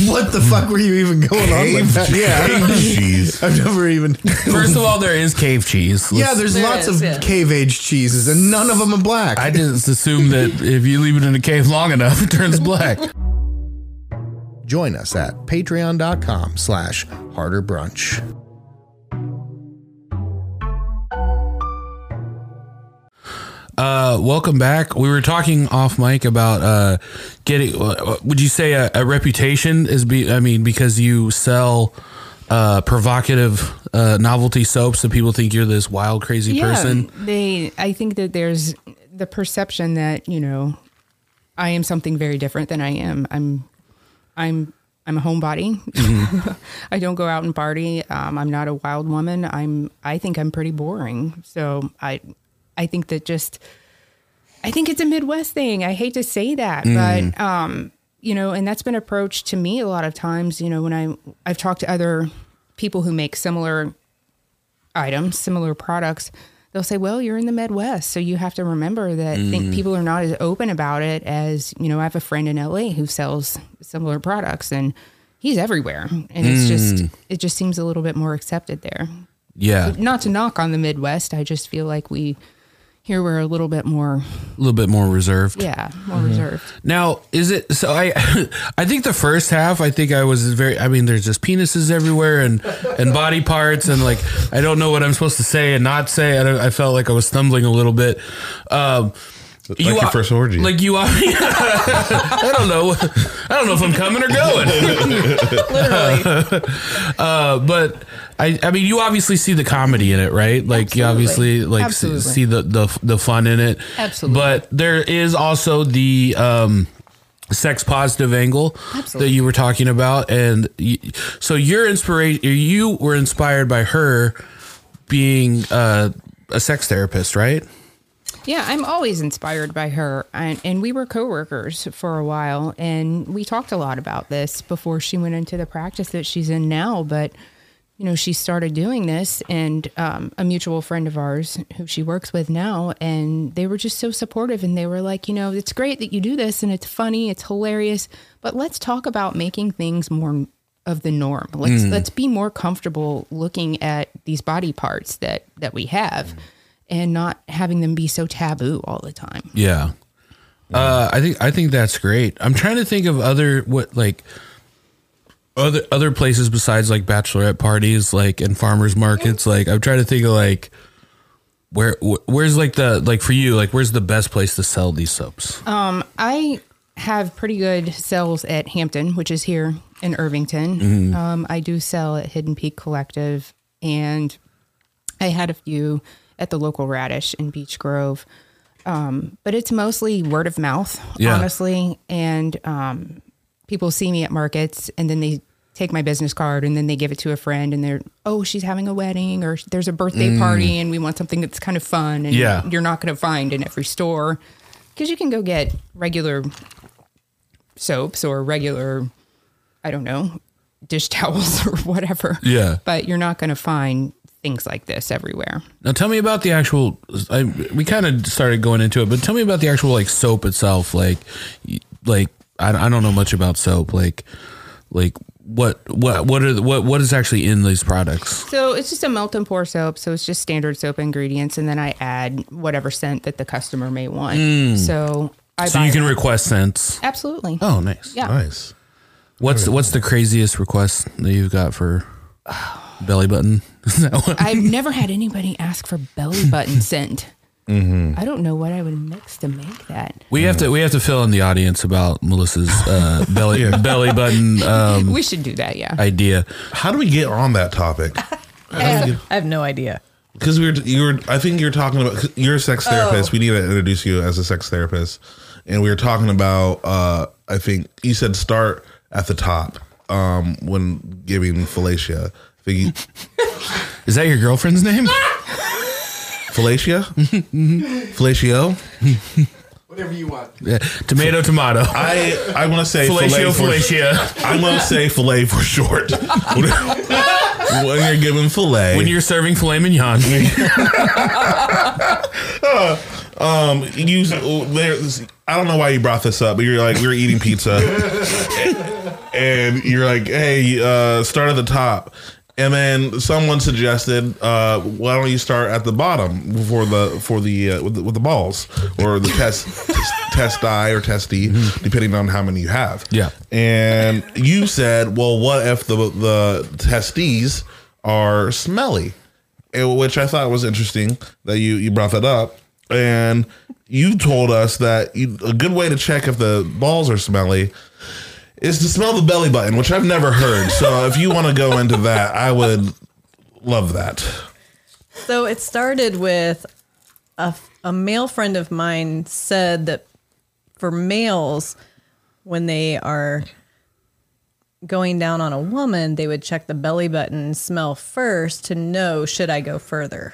S6: what the fuck were you even going on with that?
S4: Cave cheese.
S6: I've never even.
S1: First of all, there is cave cheese.
S6: yeah, there's lots
S2: is,
S6: of
S2: yeah.
S6: cave age cheeses, and none of them are black.
S1: I just assume that if you leave it in a cave long enough, it turns black.
S7: Join us at patreon.com slash harder brunch.
S1: Uh, welcome back. We were talking off mic about uh, getting. uh, Would you say a, a reputation is? Be, I mean, because you sell uh, provocative uh, novelty soaps, that people think you're this wild, crazy person.
S3: They I think that there's the perception that, you know, I am something very different than I am. I'm I'm I'm a homebody. I don't go out and party. Um, I'm not a wild woman. I'm I think I'm pretty boring. So I I think that just I think it's a Midwest thing. I hate to say that,
S1: Mm.
S3: but um, you know, and that's been approached to me a lot of times, you know, when I I've talked to other people who make similar items, similar products, they'll say, "Well, you're in the Midwest, so you have to remember that think people are not as open about it as you know." I have a friend in LA who sells similar products, and he's everywhere, and it's just it just seems a little bit more accepted there.
S1: Yeah. A
S3: Not to knock on the Midwest, I just feel like we here we're a little bit more,
S1: little bit more reserved.
S3: yeah, more reserved.
S1: Now, is it so? I, I think the first half, I think I was very. I mean, there's just penises everywhere and and body parts and like I don't know what I'm supposed to say and not say. I, don't- I felt like I was stumbling a little bit. Um, like
S4: your first orgy.
S1: Like you, are, I don't know. I don't know if I'm coming or going.
S2: Literally.
S1: Uh, but I, I mean, you obviously see the comedy in it, right? Like you obviously
S3: Absolutely.
S1: like s-
S3: Absolutely.
S1: see the, the the fun in it.
S3: Absolutely.
S1: But there is also the um, sex positive angle
S3: Absolutely.
S1: that you were talking about, and y so your inspiration, you were inspired by her being uh, a sex therapist, right?
S3: Yeah, I'm always inspired by her. And, and we were coworkers for a while, and we talked a lot about this before she went into the practice that she's in now. But, you know, she started doing this, and um, a mutual friend of ours who she works with now, and they were just so supportive. And they were like, you know, it's great that you do this, and it's funny, it's hilarious, but let's talk about making things more of the norm. Let's let's be more comfortable looking at these body parts that that we have and not having them be so taboo all the time.
S1: Yeah. Uh, I think I think that's great. I'm trying to think of other what like other other places besides like bachelorette parties, like and farmers markets. Like I'm trying to think of like where wh- where's like the like for you like where's the best place to sell these soaps?
S3: I have pretty good sales at Hampton, which is here in Irvington. Um, I do sell at Hidden Peak Collective, and I had a few at the local Radish in Beach Grove. Um, but it's mostly word of mouth,
S1: Yeah.
S3: honestly. And um, people see me at markets, and then they take my business card, and then they give it to a friend, and they're, oh, she's having a wedding, or there's a birthday party, and we want something that's kind of fun, and
S1: Mm. Yeah.
S3: you're not going to find in every store because you can go get regular soaps or regular, I don't know, dish towels or whatever.
S1: Yeah.
S3: But you're not going to find things like this everywhere.
S1: Now tell me about the actual. I, we kind of started going into it, but tell me about the actual like soap itself. Like, y- like I, I don't know much about soap. Like, like what what what are the, what what is actually in these products?
S3: So it's just a melt and pour soap. So it's just standard soap ingredients. And then I add whatever scent that the customer may want. So I
S1: Mm. So
S3: buy
S1: you can
S3: that.
S1: request scents.
S3: Absolutely.
S1: Oh, nice.
S3: yeah.
S4: Nice.
S1: What's what's the craziest request that you've got for belly button? Is that what?
S3: I've never had anybody ask for belly button scent. I don't know what I would mix to make that.
S1: we have to we have to fill in the audience about Melissa's uh, belly belly button uh,
S3: we should do that. Yeah.
S1: idea.
S4: How do we get on that topic?
S2: I have no idea.
S4: Because we were, you were, I think you're talking about, you're a
S6: Oh.
S4: sex therapist. We need to introduce you as a sex therapist. And we were talking about, uh, I think you said start at the top um, when giving fellatio. I think you,
S1: Is that your girlfriend's name?
S4: fellatio?
S6: Mm-hmm.
S4: fellatio?
S6: Whatever you want.
S1: Yeah. Tomato, tomato.
S4: I, I want to say
S1: Fellatio,
S4: fillet for-
S1: fellatio.
S4: I'm going to say fillet for short. when you're giving fillet.
S1: When you're serving filet mignon,
S4: Um, you there's I don't know why you brought this up, but you're like we were eating pizza, and you're like, hey, uh, start at the top, and then someone suggested, uh, why don't you start at the bottom for the for the uh, with, the with the balls or the test test eye or testy, depending on how many you have.
S1: Yeah.
S4: and you said, well, what if the the testes are smelly? and- which I thought was interesting that you you brought that up, and you told us that you, a good way to check if the balls are smelly is to smell the belly button, which I've never heard. So if you want to go into that, I would love that.
S2: So it started with a, a male friend of mine said that for males, when they are going down on a woman, they would check the belly button smell first to know should I go further.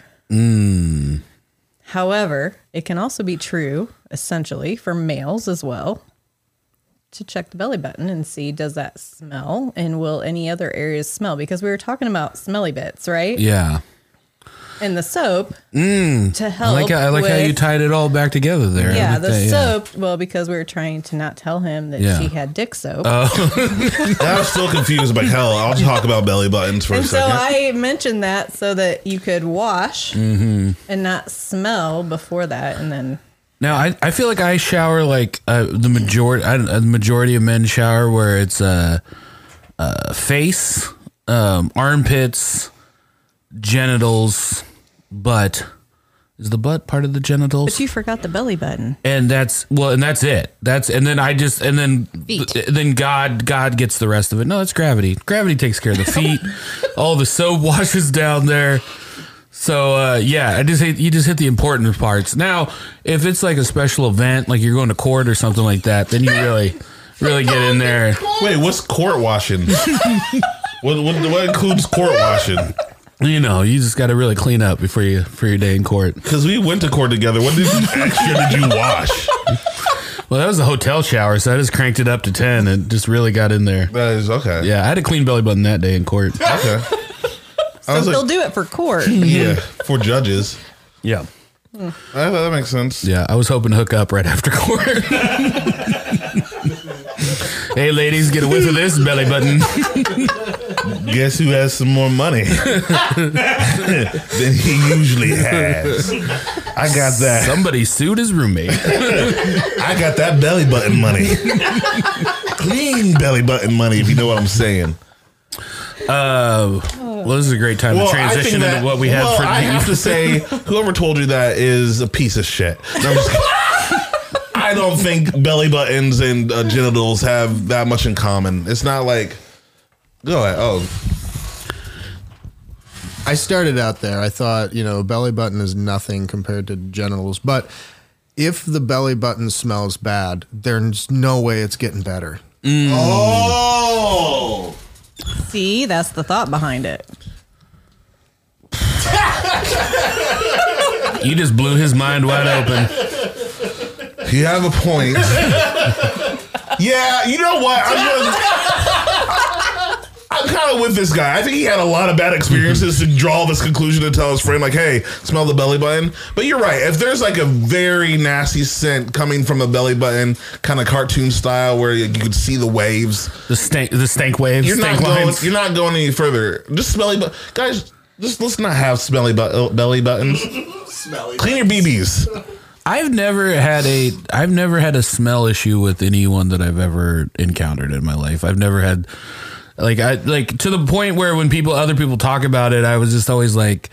S2: However, it can also be true, essentially, for males as well. To check the belly button and see does that smell and will any other areas smell? Because we were talking about smelly bits, right?
S1: yeah.
S2: and the soap to
S1: Mm. I
S2: help.
S1: like, how, I like how you
S2: with-
S1: tied it all back together there. I
S2: Yeah,
S1: like
S2: the
S1: that,
S2: soap. Well, because we were trying to not tell him that
S1: Yeah. Oh,
S2: she had dick soap.
S4: Now I'm still confused about hell. I'll talk about belly buttons for
S2: and
S4: a
S2: so
S4: second.
S2: I mentioned that so that you could wash
S1: Mm-hmm.
S2: and not smell before that. And then
S1: Now I, I feel like I shower like uh, the majority I, don't- uh, the majority of men shower where it's uh, uh face, um, armpits, genitals, butt. Is the butt part of the genitals?
S2: but you forgot the belly button.
S1: and that's well, and that's it. That's and then I just and then
S3: Feet.
S1: th- then God God gets the rest of it. No, it's gravity. Gravity takes care of the feet. All the soap washes down there. So uh, yeah, I just hit, you just hit the important parts. Now, if it's like a special event, like you're going to court or something like that, then you really really get in there.
S4: Wait, what's court washing? what, what, what includes court washing?
S1: You know, you just got to really clean up before you for your day in court.
S4: Because we went to court together. What did extra did you wash?
S1: Well, that was a hotel shower, so I just cranked it up to ten and just really got in there.
S4: That is okay.
S1: Yeah, I had a clean belly button that day in court.
S4: Okay.
S2: So
S4: I was
S2: they'll
S4: like,
S2: do it for court.
S4: yeah, for judges.
S1: Yeah.
S4: Uh, that makes sense.
S1: Yeah, I was hoping to hook up right after court. hey, ladies, get a whiff of this belly button.
S4: Guess who has some more money than he usually has? I got that.
S1: Somebody sued his roommate.
S4: I got that belly button money. Clean belly button money, if you know what I'm saying.
S1: Well, this is a great time to
S4: I think
S1: transition
S4: that-
S1: into what we have
S4: well,
S1: for
S4: I have to
S1: the
S4: say, whoever told you that is a piece of shit. No, I'm just kidding. I don't think belly buttons and uh, genitals have that much in common. It's not like, go ahead. Oh,
S6: I started out there. I thought, you know, belly button is nothing compared to genitals. But if the belly button smells bad, there's no way it's getting better.
S4: oh,
S2: See, that's the thought behind it.
S1: You just blew his mind wide open.
S4: you have a point. yeah, you know what? I'm gonna. I'm kind of with this guy. I think he had a lot of bad experiences to draw this conclusion and tell his friend, like, hey, smell the belly button. But you're right. If there's like a very nasty scent coming from a belly button, kind of cartoon style where you, you could see the waves,
S1: The stank, the stank waves,
S4: you're not
S1: stank
S4: going.
S1: lines.
S4: You're not going any further. Just smelly, but guys, just let's not have smelly but- belly buttons.
S5: Smelly.
S4: Clean your BBs.
S1: I've never had a I've never had a smell issue with anyone that I've ever encountered in my life. I've never had like I like to the point where when people other people talk about it, I was just always like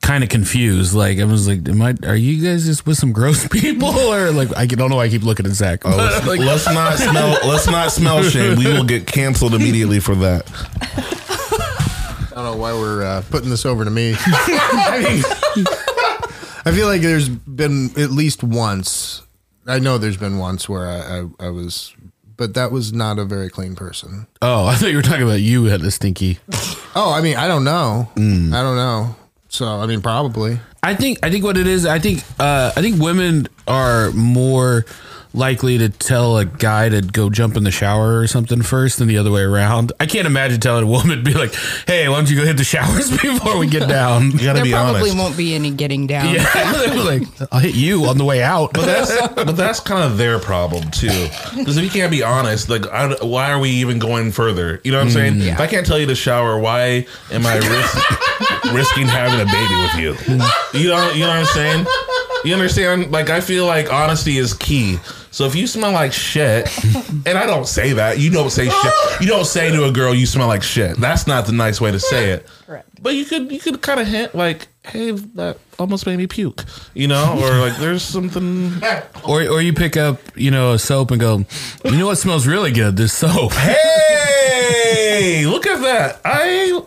S1: kind of confused. Like I was like, am I are you guys just with some gross people or like I don't know why I keep looking at Zach. Oh,
S4: Let's, let's not smell. Let's not smell shame. We will get canceled immediately for that.
S6: I don't know why we're uh, putting this over to me. I feel like there's been at least once. I know there's been once where I, I, I was, but that was not a very clean person.
S1: oh, I thought you were talking about you had the stinky.
S6: Oh, I mean, I don't know. I don't know. So, I mean, probably.
S1: I think I think what it is. I think uh, I think women are more likely to tell a guy to go jump in the shower or something first than the other way around. I can't imagine telling a woman be like, "Hey, why don't you go hit the showers before we get down?"
S4: You gotta
S3: There
S4: be
S3: probably
S4: honest.
S3: won't be any getting down.
S1: yeah, They were like I'll hit you on the way out.
S4: But that's but that's kind of their problem too. Because if you can't be honest, like I, why are we even going further? You know what I'm saying? If I can't tell you to shower, why am I risk, risking having a baby with you? You know you know what I'm saying? You understand? Like I feel like honesty is key. So if you smell like shit, and I don't say that, you don't say shit. You don't say to a girl you smell like shit. That's not the nice way to say it.
S2: Correct.
S4: But you could you could kind of hint like, hey, that almost made me puke. You know, or like there's something.
S1: Or or you pick up you know a soap and go, you know what smells really good? This soap.
S4: Hey, look at that. I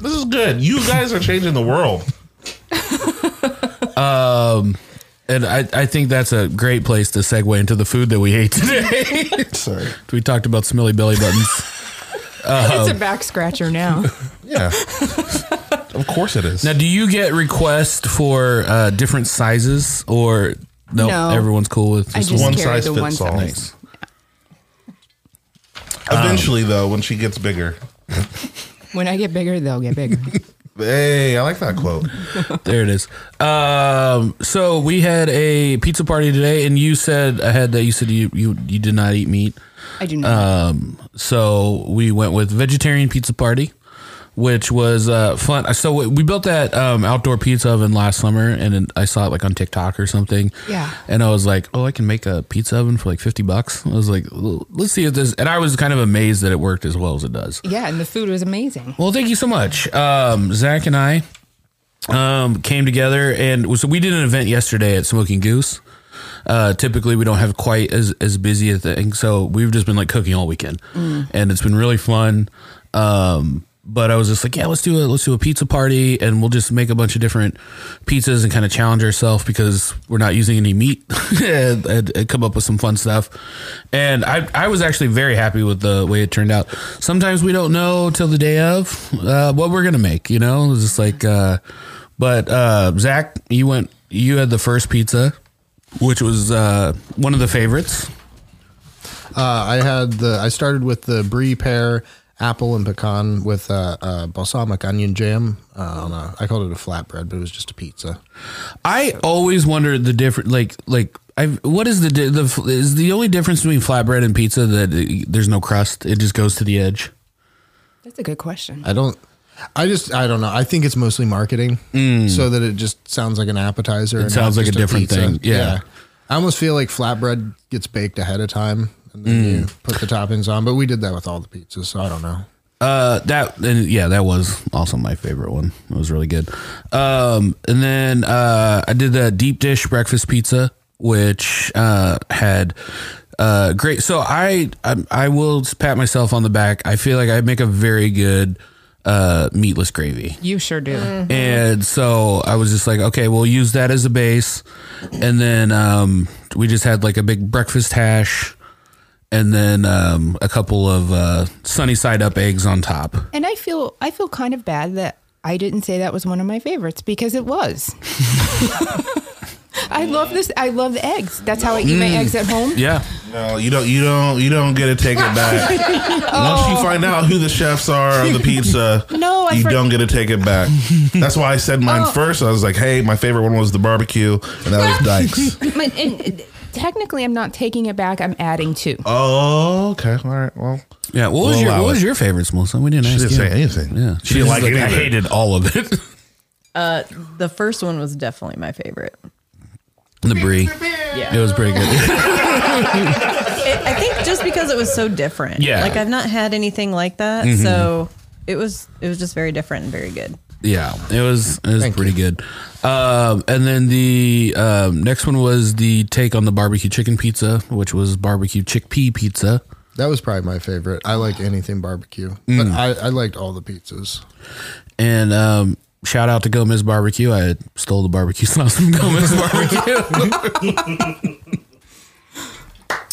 S4: this is good. You guys are changing the world.
S1: And I, I think that's a great place to segue into the food that we ate today.
S4: Sorry.
S1: we talked about smelly belly buttons.
S3: It's a back scratcher now.
S4: Yeah. of course it is.
S1: Now, do you get requests for uh, different sizes, or no,
S3: No.
S1: Everyone's cool with
S3: I
S1: just
S3: just
S4: one
S3: carry
S4: size
S3: the
S4: fits
S3: one
S4: all.
S3: size.
S1: Nice.
S4: Eventually though, when she gets bigger.
S3: When I get bigger, they'll get bigger.
S4: Hey, I like that quote.
S1: There it is. Um, so we had a pizza party today, and you said ahead that you said you you, you did not eat meat.
S3: I do not.
S1: So we went with vegetarian pizza party, which was uh, fun. So we- we built that um, outdoor pizza oven last summer, and then I saw it like on TikTok or something.
S3: Yeah.
S1: And I was like, oh, I can make a pizza oven for like fifty bucks. I was like, "Well, let's see if this. And I was kind of amazed that it worked as well as it does.
S3: yeah, and the food was amazing.
S1: Well, thank you so much. Um, Zach and I um, came together, and so we did an event yesterday at Smoking Goose. Uh, typically, we don't have quite as as busy a thing, so we've just been like cooking all weekend, and it's been really fun. Um, but I was just like, yeah, let's do a let's do a pizza party, and we'll just make a bunch of different pizzas and kind of challenge ourselves because we're not using any meat, and, and- and come up with some fun stuff. And I I was actually very happy with the way it turned out. Sometimes we don't know till the day of uh, what we're gonna make, you know, it's just like. Uh, but uh, Zach, you went. You had the first pizza, which was uh, one of the favorites.
S6: Uh, I had the I started with the brie pear, apple, and pecan with uh, uh, balsamic onion jam. Uh, on a, I called it a flatbread, but it was just a pizza.
S1: I always wondered the different, like, like I. What is the di- the f- is the only difference between flatbread and pizza that uh, there's no crust? It just goes to the edge.
S3: That's a good question.
S6: I don't. I just I don't know. I think it's mostly marketing, so that it just sounds like an appetizer. It
S1: Mm. sounds like a different thing. Yeah.
S6: I almost feel like flatbread gets baked ahead of time, and then you
S1: Mm.
S6: put the toppings on. But we did that with all the pizzas, so I don't know.
S1: Uh, that and yeah, that was also my favorite one. It was really good. Um, and then uh, I did the deep dish breakfast pizza, which uh, had uh, great. So I, I I will pat myself on the back. I feel like I make a very good uh, meatless gravy.
S3: You sure do.
S1: And so I was just like, okay, we'll use that as a base. And then um, we just had like a big breakfast hash and then um, a couple of uh, sunny side up eggs on top.
S3: And I feel I feel kind of bad that I didn't say that was one of my favorites because it was. I love this. I love the eggs. That's how I eat my eggs at home.
S1: Yeah.
S4: No, you don't. You don't. You don't get to take it back. Once you find out who the chefs are of the pizza,
S3: Oh. No, I
S4: you
S3: for- Oh.
S4: don't get to take it back. That's why I said mine first. I was like, "Hey, my favorite one was the barbecue, and that was Dykes."
S3: My- and, and uh, technically, I'm not taking it back. I'm adding two.
S4: oh, okay, all right. Well,
S1: Yeah. What was
S4: We'll
S1: your
S4: allow
S1: What was
S4: it.
S1: your favorites, Melissa? We didn't
S4: she
S1: ask you.
S4: didn't say anything.
S1: Yeah.
S4: she didn't
S1: was
S4: like,
S1: like,
S4: anything.
S1: I hated all of it.
S2: The first one was definitely my favorite.
S1: the brie.
S2: Yeah.
S1: It was pretty good.
S2: It, I think just because it was so different.
S1: Yeah. Mm-hmm.
S2: Like I've not had anything like that, so it was it was just very different and very good.
S1: yeah. It was. It was pretty good. Um, and then the um, next one was the take on the barbecue chicken pizza, which was barbecue chickpea pizza.
S6: That was probably my favorite. I like anything barbecue,
S1: Mm.
S6: but I, I liked all the pizzas.
S1: And um, shout out to Gomez Barbecue. I stole the barbecue sauce from Gomez Barbecue.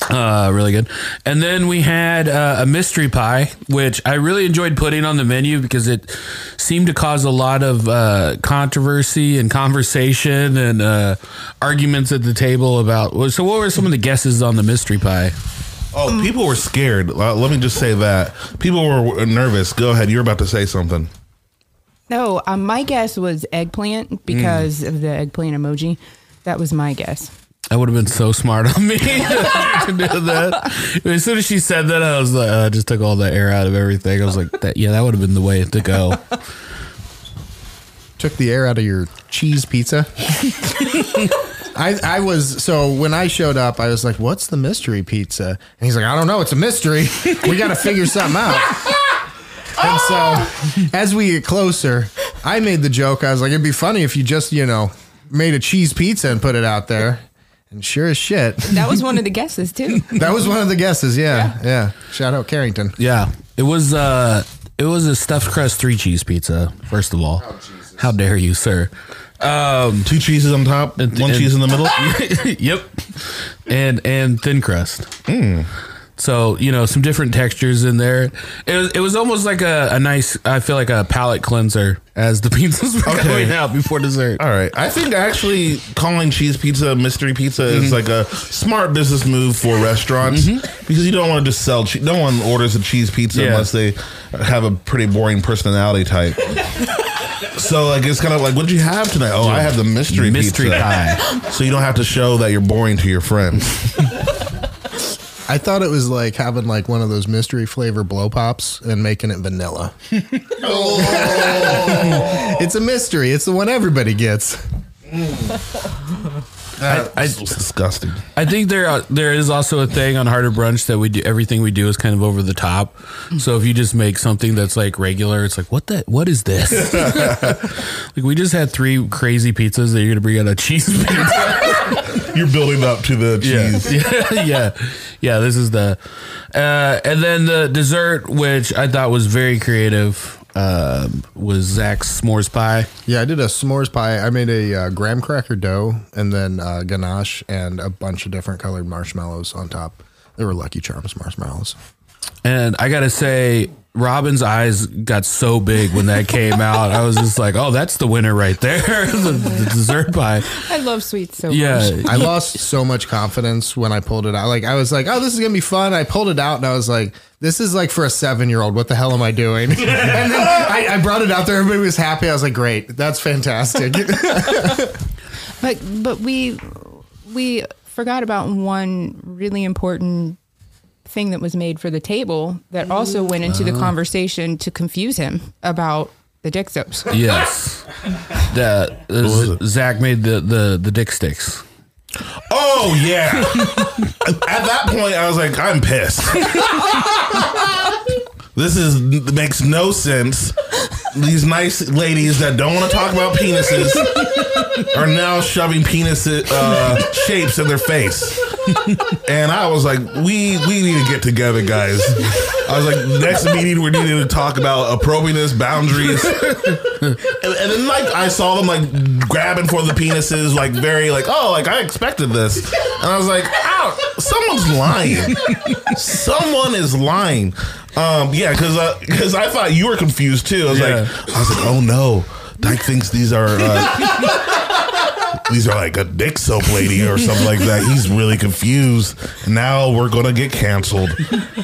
S1: Uh, really good. And then we had uh, a mystery pie, which I really enjoyed putting on the menu because it seemed to cause a lot of uh, controversy and conversation and uh, arguments at the table about. well, So, what were some of the guesses on the mystery pie?
S4: Oh, people were scared. Uh, Let me just say that people were nervous. Go ahead. You're about to say something.
S3: No, um, my guess was eggplant because of the eggplant emoji. That was my guess.
S1: That would have been so smart on me to do that. As soon as she said that, I was like, uh, I just took all the air out of everything. I was like, that, yeah, that would have been the way to go.
S6: Took the air out of your cheese pizza. I, I was so when I showed up, I was like, "What's the mystery pizza?" And he's like, "I don't know. It's a mystery. We got to figure something out." And so, as we get closer, I made the joke. I was like, "It'd be funny if you just, you know, made a cheese pizza and put it out there." And sure as shit,
S3: That was one of the guesses too.
S6: that was one of the guesses. Yeah, yeah. Shout out Carrington.
S1: Yeah, it was. Uh, it was a stuffed crust three cheese pizza. First of all,
S4: Oh,
S1: how dare you, sir?
S4: Two cheeses on top,
S1: And-
S4: one
S1: and-
S4: cheese in the middle.
S1: yep, and and thin crust.
S4: Mm.
S1: So you know some different textures in there. It was it was almost like a, a nice. I feel like a palate cleanser as the pizzas were
S4: Okay.
S1: going out before dessert.
S4: All right. I think actually calling cheese pizza a mystery pizza is like a smart business move for restaurants because you don't want to just sell cheese. No one orders a cheese pizza
S1: Yeah.
S4: unless they have a pretty boring personality type. So like it's kind of like, what'd you have tonight? Oh, I had the mystery
S1: Mystery
S4: pizza.
S1: pie.
S4: So you don't have to show that you're boring to your friends.
S6: I thought it was like having like one of those mystery flavor blow pops and making it vanilla. it's a mystery. It's the one everybody gets.
S4: That's
S1: I-
S4: disgusting.
S1: I think there are, there is also a thing on Harder Brunch that we do everything we do is kind of over the top. So if you just make something that's like regular, it's like what the what is this? like we just had three crazy pizzas that you're gonna bring out a cheese pizza.
S4: You're building up to the cheese.
S1: yeah, yeah, yeah. This is the uh, and then the dessert, which I thought was very creative, um, was Zach's s'mores pie.
S6: Yeah, I did a s'mores pie. I made a uh, graham cracker dough and then uh, ganache and a bunch of different colored marshmallows on top. They were Lucky Charms marshmallows.
S1: And I gotta say, Robin's eyes got so big when that came out. I was just like, "Oh, that's the winner right there, the, the dessert pie."
S3: I love sweets so much.
S1: Yeah,
S6: I lost so much confidence when I pulled it out. Like I was like, "Oh, this is gonna be fun." I pulled it out and I was like, "This is like for a seven-year-old. What the hell am I doing?" and then I, I brought it out there. Everybody was happy. I was like, "Great, that's fantastic."
S3: But but we we forgot about one really important thing that was made for the table that also went into
S1: Ah.
S3: the conversation to confuse him about the dick soaps.
S1: yes. That uh, Zach made the the the dick sticks.
S4: Oh yeah. At that point, I was like, I'm pissed. this is makes no sense. These nice ladies that don't want to talk about penises are now shoving penis uh, shapes in their face. And I was like, we we need to get together, guys. I was like, next meeting we need to talk about appropriateness, boundaries. And, and then like I saw them like grabbing for the penises, like very like oh like I expected this, and I was like, ow, someone's lying, someone is lying, um yeah because because I thought you were confused too. I was
S1: Yeah.
S4: like I was like oh no, Dyke thinks these are. Uh, These are like a dick soap lady or something like that. He's really confused. Now we're gonna get canceled.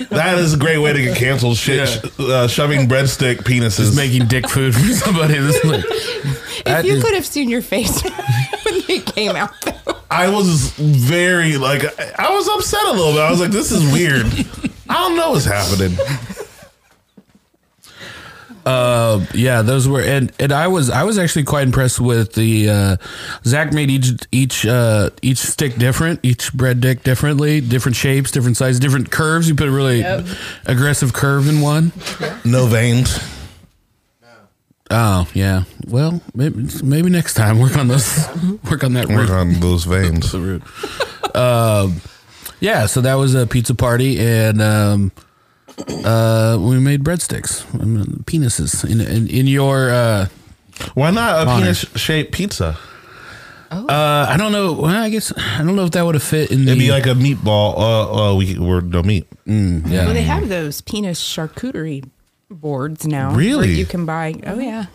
S4: That is a great way to get canceled. Shit, uh, shoving breadstick penises.
S1: Just making dick food for somebody. This is like,
S3: If
S1: that
S3: you
S1: is-
S3: could have seen your face when they came out, though.
S4: I was very like I- I was upset a little bit. I was like, this is weird. I don't know what's happening.
S1: yeah, those were and and I was I was actually quite impressed with the uh, Zach made each each uh, each stick different, each bread dick differently, different shapes, different sizes, different curves. You put a really aggressive curve in one.
S4: No veins.
S1: Oh yeah. Well, maybe, maybe next time work on those work on that root.
S4: Work on those veins.
S1: Yeah, so that was a pizza party, and um, uh, we made breadsticks, I mean, penises in in, in your. Uh,
S4: Why not a
S1: Honor.
S4: penis shaped pizza?
S1: uh, I don't know. Well, I guess I don't know if that would have fit in
S4: It'd
S1: the.
S4: be like a meatball. Uh, uh we were no meat.
S3: well, they have those penis charcuterie boards now. where
S4: Really?
S3: you can buy. Oh yeah.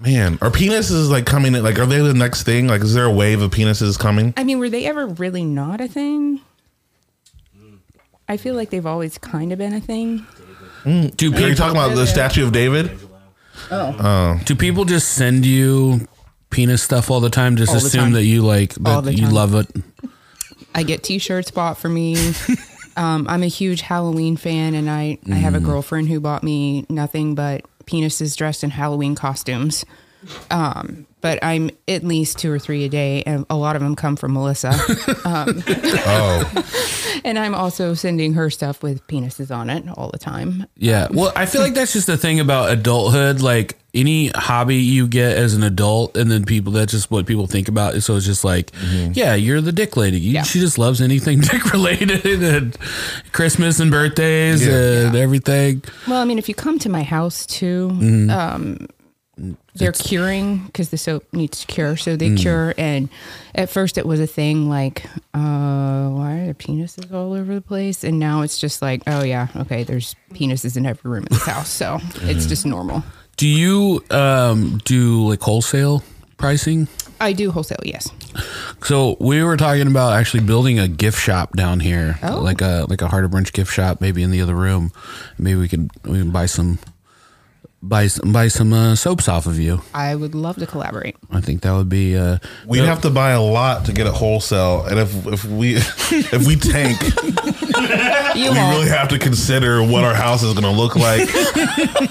S4: Man, are penises like coming? in- Like, are they the next thing? Like, is there a wave of penises coming?
S3: I mean, were they ever really not a thing? I feel like they've always kind of been a thing.
S1: do
S4: Are you
S1: people
S4: talking about the statue of David?
S1: do people just send you penis stuff all the time? Just
S3: All the
S1: assume
S3: time.
S1: that you like
S3: All
S1: that
S3: the
S1: you
S3: time.
S1: love it.
S3: I get t-shirts bought for me. um, I'm a huge Halloween fan, and I I have a girlfriend who bought me nothing but penises dressed in Halloween costumes. Um, but I'm at least two or three a day, and a lot of them come from Melissa. Um,
S4: Oh,
S3: and I'm also sending her stuff with penises on it all the time.
S1: Yeah. Well, I feel like that's just the thing about adulthood. Like any hobby you get as an adult, and then people that's just what people think about. So it's just like,
S4: Mm-hmm.
S1: yeah, you're the dick lady. You,
S3: Yeah.
S1: She just loves anything dick related, and Christmas and birthdays
S4: Yeah.
S1: and everything.
S3: Well, I mean, if you come to my house too,
S4: Mm.
S3: um, they're curing because the soap needs to cure, so
S4: Mm.
S3: they cure. And at first, it was a thing like, uh, why are there penises all over the place? And now it's just like, oh yeah, okay, there's penises in every room in this house, so
S4: Mm-hmm.
S3: it's just normal.
S1: Do you um, do like wholesale pricing?
S3: I do wholesale, yes.
S1: So we were talking about actually building a gift shop down here,
S3: Oh.
S1: like a like a Heart of Brunch gift shop, maybe in the other room. Maybe we can we can buy some buy some, buy some uh, soaps off of you.
S3: I would love to collaborate.
S1: I think that would be. Uh,
S4: We'd have to buy a lot to get it wholesale, and if if we if we tank,
S3: You
S4: we
S3: won't.
S4: really have to consider what our house is going to look like,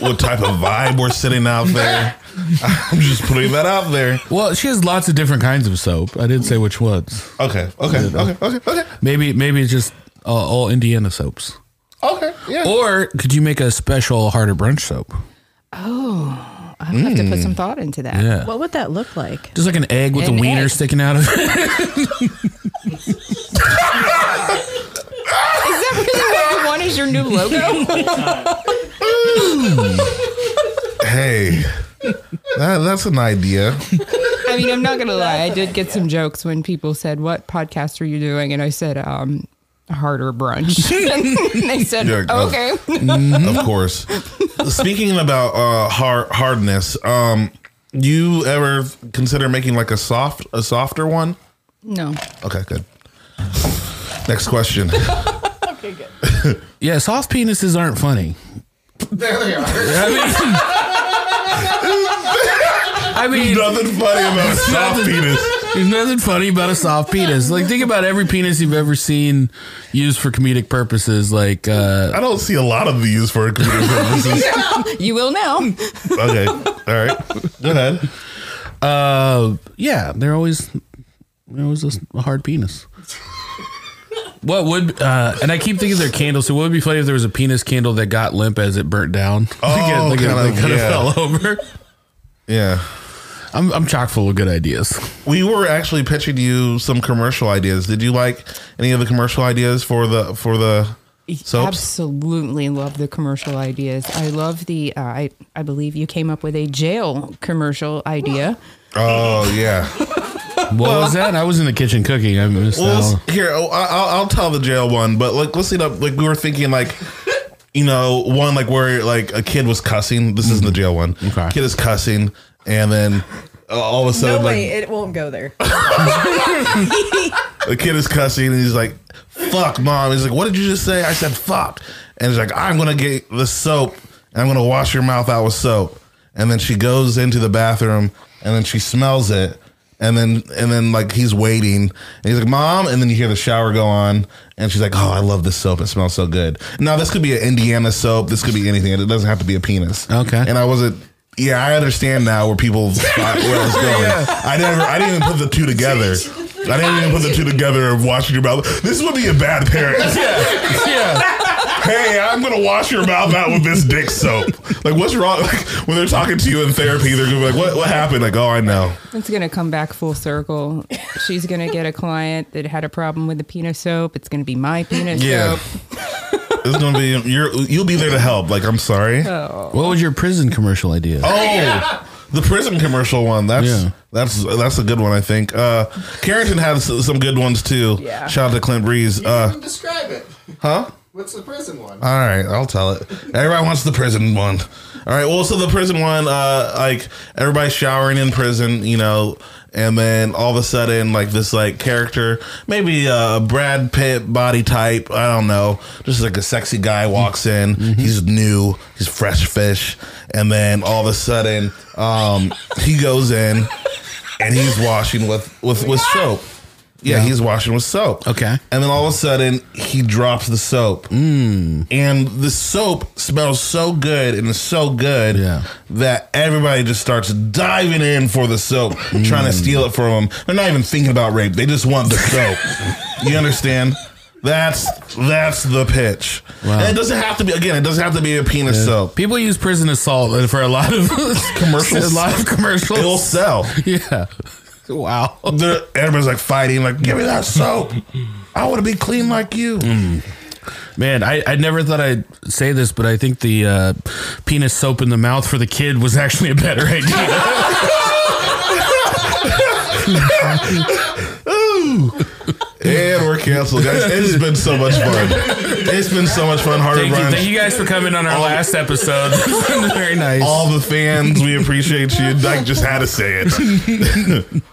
S4: what type of vibe we're sitting out there. I'm just putting that out there.
S1: well, she has lots of different kinds of soap. I didn't say which ones.
S4: Okay, okay, okay, okay, okay,
S1: Maybe maybe it's just uh, all Indiana soaps.
S4: okay. Yeah.
S1: Or could you make a special harder brunch soap?
S3: oh, I have to
S4: Mm.
S3: put some thought into that.
S1: Yeah.
S2: What would that look like?
S1: Just like an egg with
S3: An
S1: a wiener
S3: egg.
S1: sticking out of it.
S3: Is that really what you want as your new logo?
S4: Hey, that, that's an idea.
S3: I mean, I'm not gonna lie. I did get some jokes when people said, "What podcast are you doing?" And I said, "Um, harder brunch." and they said,
S4: Yeah, no.
S3: "Okay."
S4: of course. Speaking about uh, hard hardness, um, you ever consider making like a soft a softer one?
S3: no,
S4: Okay, good. Next question.
S1: yeah, soft penises aren't funny. There they are. I mean, I mean
S4: Nothing funny about a soft
S1: Nothing.
S4: penis.
S1: There's nothing funny about a soft penis. Like think about every penis you've ever seen used for comedic purposes. Like uh,
S4: I don't see a lot of these for computer purposes.
S3: you will now.
S4: Okay, all right. Go ahead.
S1: uh, yeah, they're always they're always just a hard penis. What would uh, and I keep thinking they're candles. So what would be funny if there was a penis candle that got limp as it burnt down?
S4: Oh,
S1: like it,
S4: kind
S1: like
S4: of,
S1: it kind
S4: yeah.
S1: of fell over.
S4: Yeah.
S1: I'm I'm chock full of good ideas.
S4: We were actually pitching you some commercial ideas. Did you like any of the commercial ideas for the for the soaps?
S3: Absolutely love the commercial ideas. I love the. Uh, I I believe you came up with a jail commercial idea.
S4: Oh yeah.
S1: What was that? I was in the kitchen cooking. I missed
S4: Well,
S1: that.
S4: s- here I'll, I'll, I'll tell the jail one, but like let's see. Like we were thinking, like you know, one like where like a kid was cussing. This isn't the jail one.
S1: Okay.
S4: Kid is cussing, and then uh, all of a
S2: No
S4: sudden, like
S2: way, it won't go there.
S4: the kid is cussing, and he's like, "Fuck, mom." He's like, "What did you just say?" I said, "Fuck," and he's like, "I'm gonna get the soap, and I'm gonna wash your mouth out with soap." And then she goes into the bathroom, and then she smells it. And then, and then, like he's waiting, and he's like, "Mom," and then you hear the shower go on, and she's like, "Oh, I love this soap. It smells so good." Now, this could be an Indiana soap. This could be anything. It doesn't have to be a penis.
S1: Okay.
S4: And I wasn't. Yeah, I understand now where people thought where I was going. I never, I didn't even put the two together. I didn't even put the two together of washing your mouth. This would be a bad parent.
S1: Yeah, yeah.
S4: Hey, I'm gonna wash your mouth out with this dick soap. Like, what's wrong? Like, when they're talking to you in therapy, they're gonna be like, "What? What happened?" Like, "Oh, I know."
S3: It's gonna come back full circle. She's gonna get a client that had a problem with the penis soap. It's gonna be my penis
S4: Yeah.
S3: soap.
S4: It's gonna be you're you'll be there to help. Like, I'm sorry.
S1: What was your prison commercial idea?
S4: Oh, the prison commercial one. That's
S1: Yeah.
S4: that's that's a good one. I think. Uh, Carrington had s- some good ones too.
S3: Yeah.
S4: Shout out to Clint Breeze. Uh,
S6: Describe it.
S4: huh?
S6: What's the prison one?
S4: All right, I'll tell it. Everybody wants the prison one. All right, well, so the prison one, uh, like everybody's showering in prison, you know, and then all of a sudden, like this, like character, maybe uh, a Brad Pitt body type, I don't know, just like a sexy guy walks in. He's new, he's fresh fish, and then all of a sudden, um, he goes in and he's washing with with with soap. Yeah, he's washing with soap.
S1: Okay.
S4: And then all of a sudden, he drops the soap. And the soap smells so good and is so good
S1: Yeah.
S4: that everybody just starts diving in for the soap, trying
S1: Mm.
S4: to steal it from them. They're not even thinking about rape. They just want the soap. you understand? That's that's the pitch.
S1: Wow.
S4: And it doesn't have to be again, it doesn't have to be a penis soap.
S1: People use prison assault for a lot of
S4: Commercials.
S1: A lot of commercials.
S4: It'll sell.
S1: yeah. Wow.
S4: They're- everybody's like fighting, like, give me that soap. I want to be clean like you.
S1: Mm. Man, I, I never thought I'd say this, but I think the uh, penis soap in the mouth for the kid was actually a better idea.
S4: And we're canceled, guys. It's been so much fun. It's been so much fun. Harder
S1: thank, you,
S4: brunch.
S1: thank you guys for coming on our last episode. It's been Very nice.
S4: All the fans, we appreciate you. Dyke just had to say it.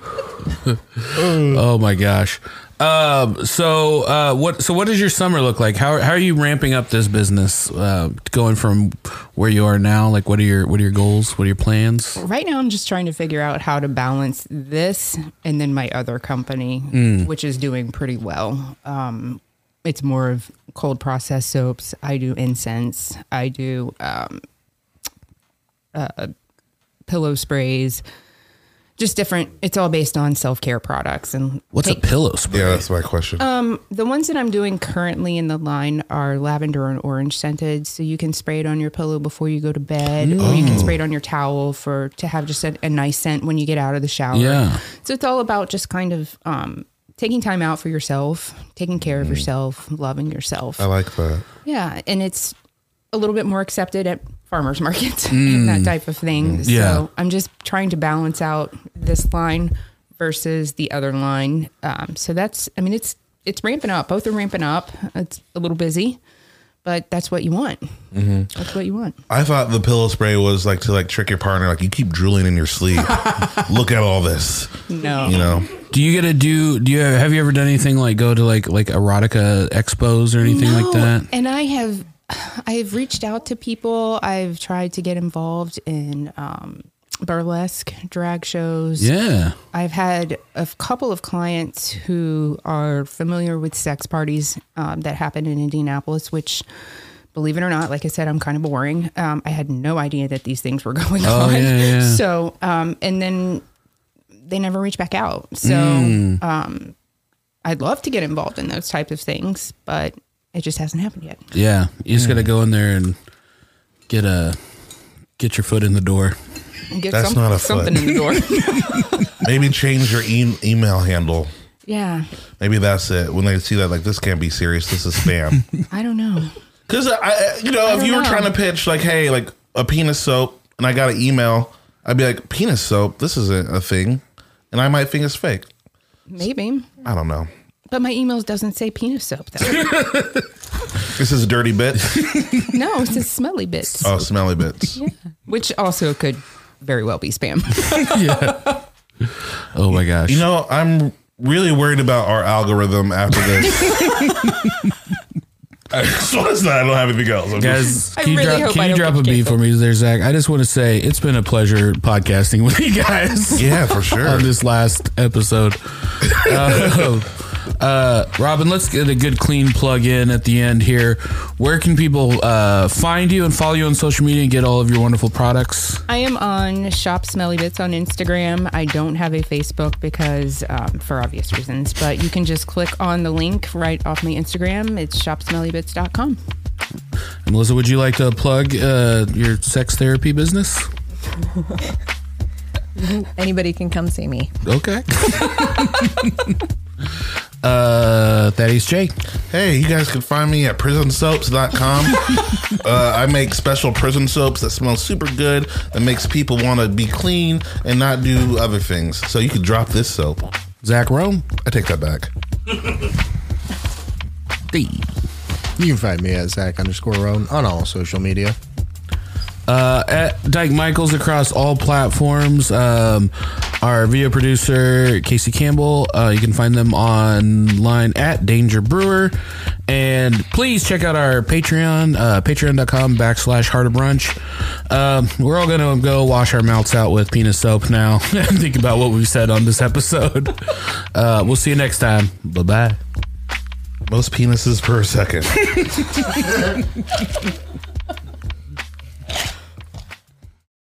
S1: oh my gosh. Um, so uh, what? So what does your summer look like? How, how are you ramping up this business? Uh, going from where you are now, like what are your what are your goals? What are your plans?
S3: Right now, I'm just trying to figure out how to balance this and then my other company,
S1: Mm.
S3: which is doing pretty well. Um, it's more of cold process soaps. I do incense. I do um, uh, pillow sprays. Just different. It's all based on self care products and
S1: What's a
S3: take-
S1: pillow spray?
S4: Yeah, that's my question.
S3: the ones that I'm doing currently in the line are lavender and orange scented. So you can spray it on your pillow before you go to bed, or you can spray it on your towel for to have just a, a nice scent when you get out of the shower.
S1: Yeah.
S3: So it's all about just kind of um, taking time out for yourself, taking care of yourself, loving yourself.
S4: I like that.
S3: Yeah, and it's a little bit more accepted at farmers markets and that type of thing.
S1: Mm. Yeah.
S3: So I'm just trying to balance out this line versus the other line. Um, so that's, I mean, it's it's ramping up. Both are ramping up. It's a little busy, but that's what you want.
S1: Mm-hmm.
S3: That's what you want.
S4: I thought the pillow spray was like to like trick your partner, like you keep drooling in your sleep. Look at all this,
S3: No,
S4: you know.
S1: Do you get to do? Do you have you ever done anything like go to like like erotica expos or anything like that?
S3: And I have, I have reached out to people. I've tried to get involved in um, burlesque drag shows.
S1: Yeah.
S3: I've had a couple of clients who are familiar with sex parties um, that happen in Indianapolis, which, believe it or not, like I said, I'm kind of boring. Um, I had no idea that these things were going
S4: Oh,
S3: on.
S1: yeah, yeah.
S3: So, um, and then they never reach back out. So,
S4: Mm.
S3: um, I'd love to get involved in those types of things, but it just hasn't happened yet.
S1: Yeah, you just gotta go in there and get a get your foot in the door.
S3: Get
S4: That's not a foot.
S3: something in the door.
S4: Maybe change your e- email handle.
S3: yeah,
S4: Maybe that's it. When they see that, like this can't be serious. This is spam.
S3: I don't know.
S4: Because I, I- you know, if
S3: don't
S4: you were
S3: know.
S4: trying to pitch like, hey, like a penis soap, and I got an email, I'd be like, penis soap, this isn't a thing, and I might think it's fake.
S3: Maybe,
S4: I don't know.
S3: but my emails doesn't say penis soap though.
S4: This is dirty bits.
S3: No, it's a smelly bits,
S4: oh, smelly bits.
S3: which also could very well be spam.
S1: Oh my gosh!
S4: You know, I'm really worried about our algorithm after this. I just want to say I don't have anything else. I'm
S1: guys,
S4: just-
S3: I
S1: can you
S3: really
S1: drop,
S3: hope
S1: can
S3: I
S1: you
S3: don't
S1: drop
S3: get
S1: a beat for
S3: canceled.
S1: me there, Zach? I just want to say it's been a pleasure podcasting with you guys
S4: yeah, for sure.
S1: on this last episode. Uh, uh, Robin, let's get a good clean plug in at the end here. Where can people uh, find you and follow you on social media and get all of your wonderful products?
S3: I am on Shop Smelly Bits on Instagram. I don't have a Facebook because, um, for obvious reasons, but you can just click on the link right off my Instagram. It's shopsmellybits.com.
S1: And Melissa, would you like to plug uh, your sex therapy business?
S2: Anybody can come see me.
S1: Okay. uh, Thaddeus J.
S4: Hey, you guys can find me at prisonsoaps.com. uh, I make special prison soaps that smell super good that makes people want to be clean and not do other things. So you can drop this soap.
S1: Zach Rome.
S4: I take that back.
S1: D.
S6: You can find me at Zach underscore Roan on all social media.
S1: Uh, at Dyke Michaels across all platforms. Um, our video producer, Casey Campbell. Uh, you can find them online at Danger Brewer. And please check out our Patreon, uh, patreon.com backslash heart of brunch. Um, we're all going to go wash our mouths out with penis soap now and think about what we've said on this episode. Uh, we'll see you next time. Bye bye.
S4: Most penises per second.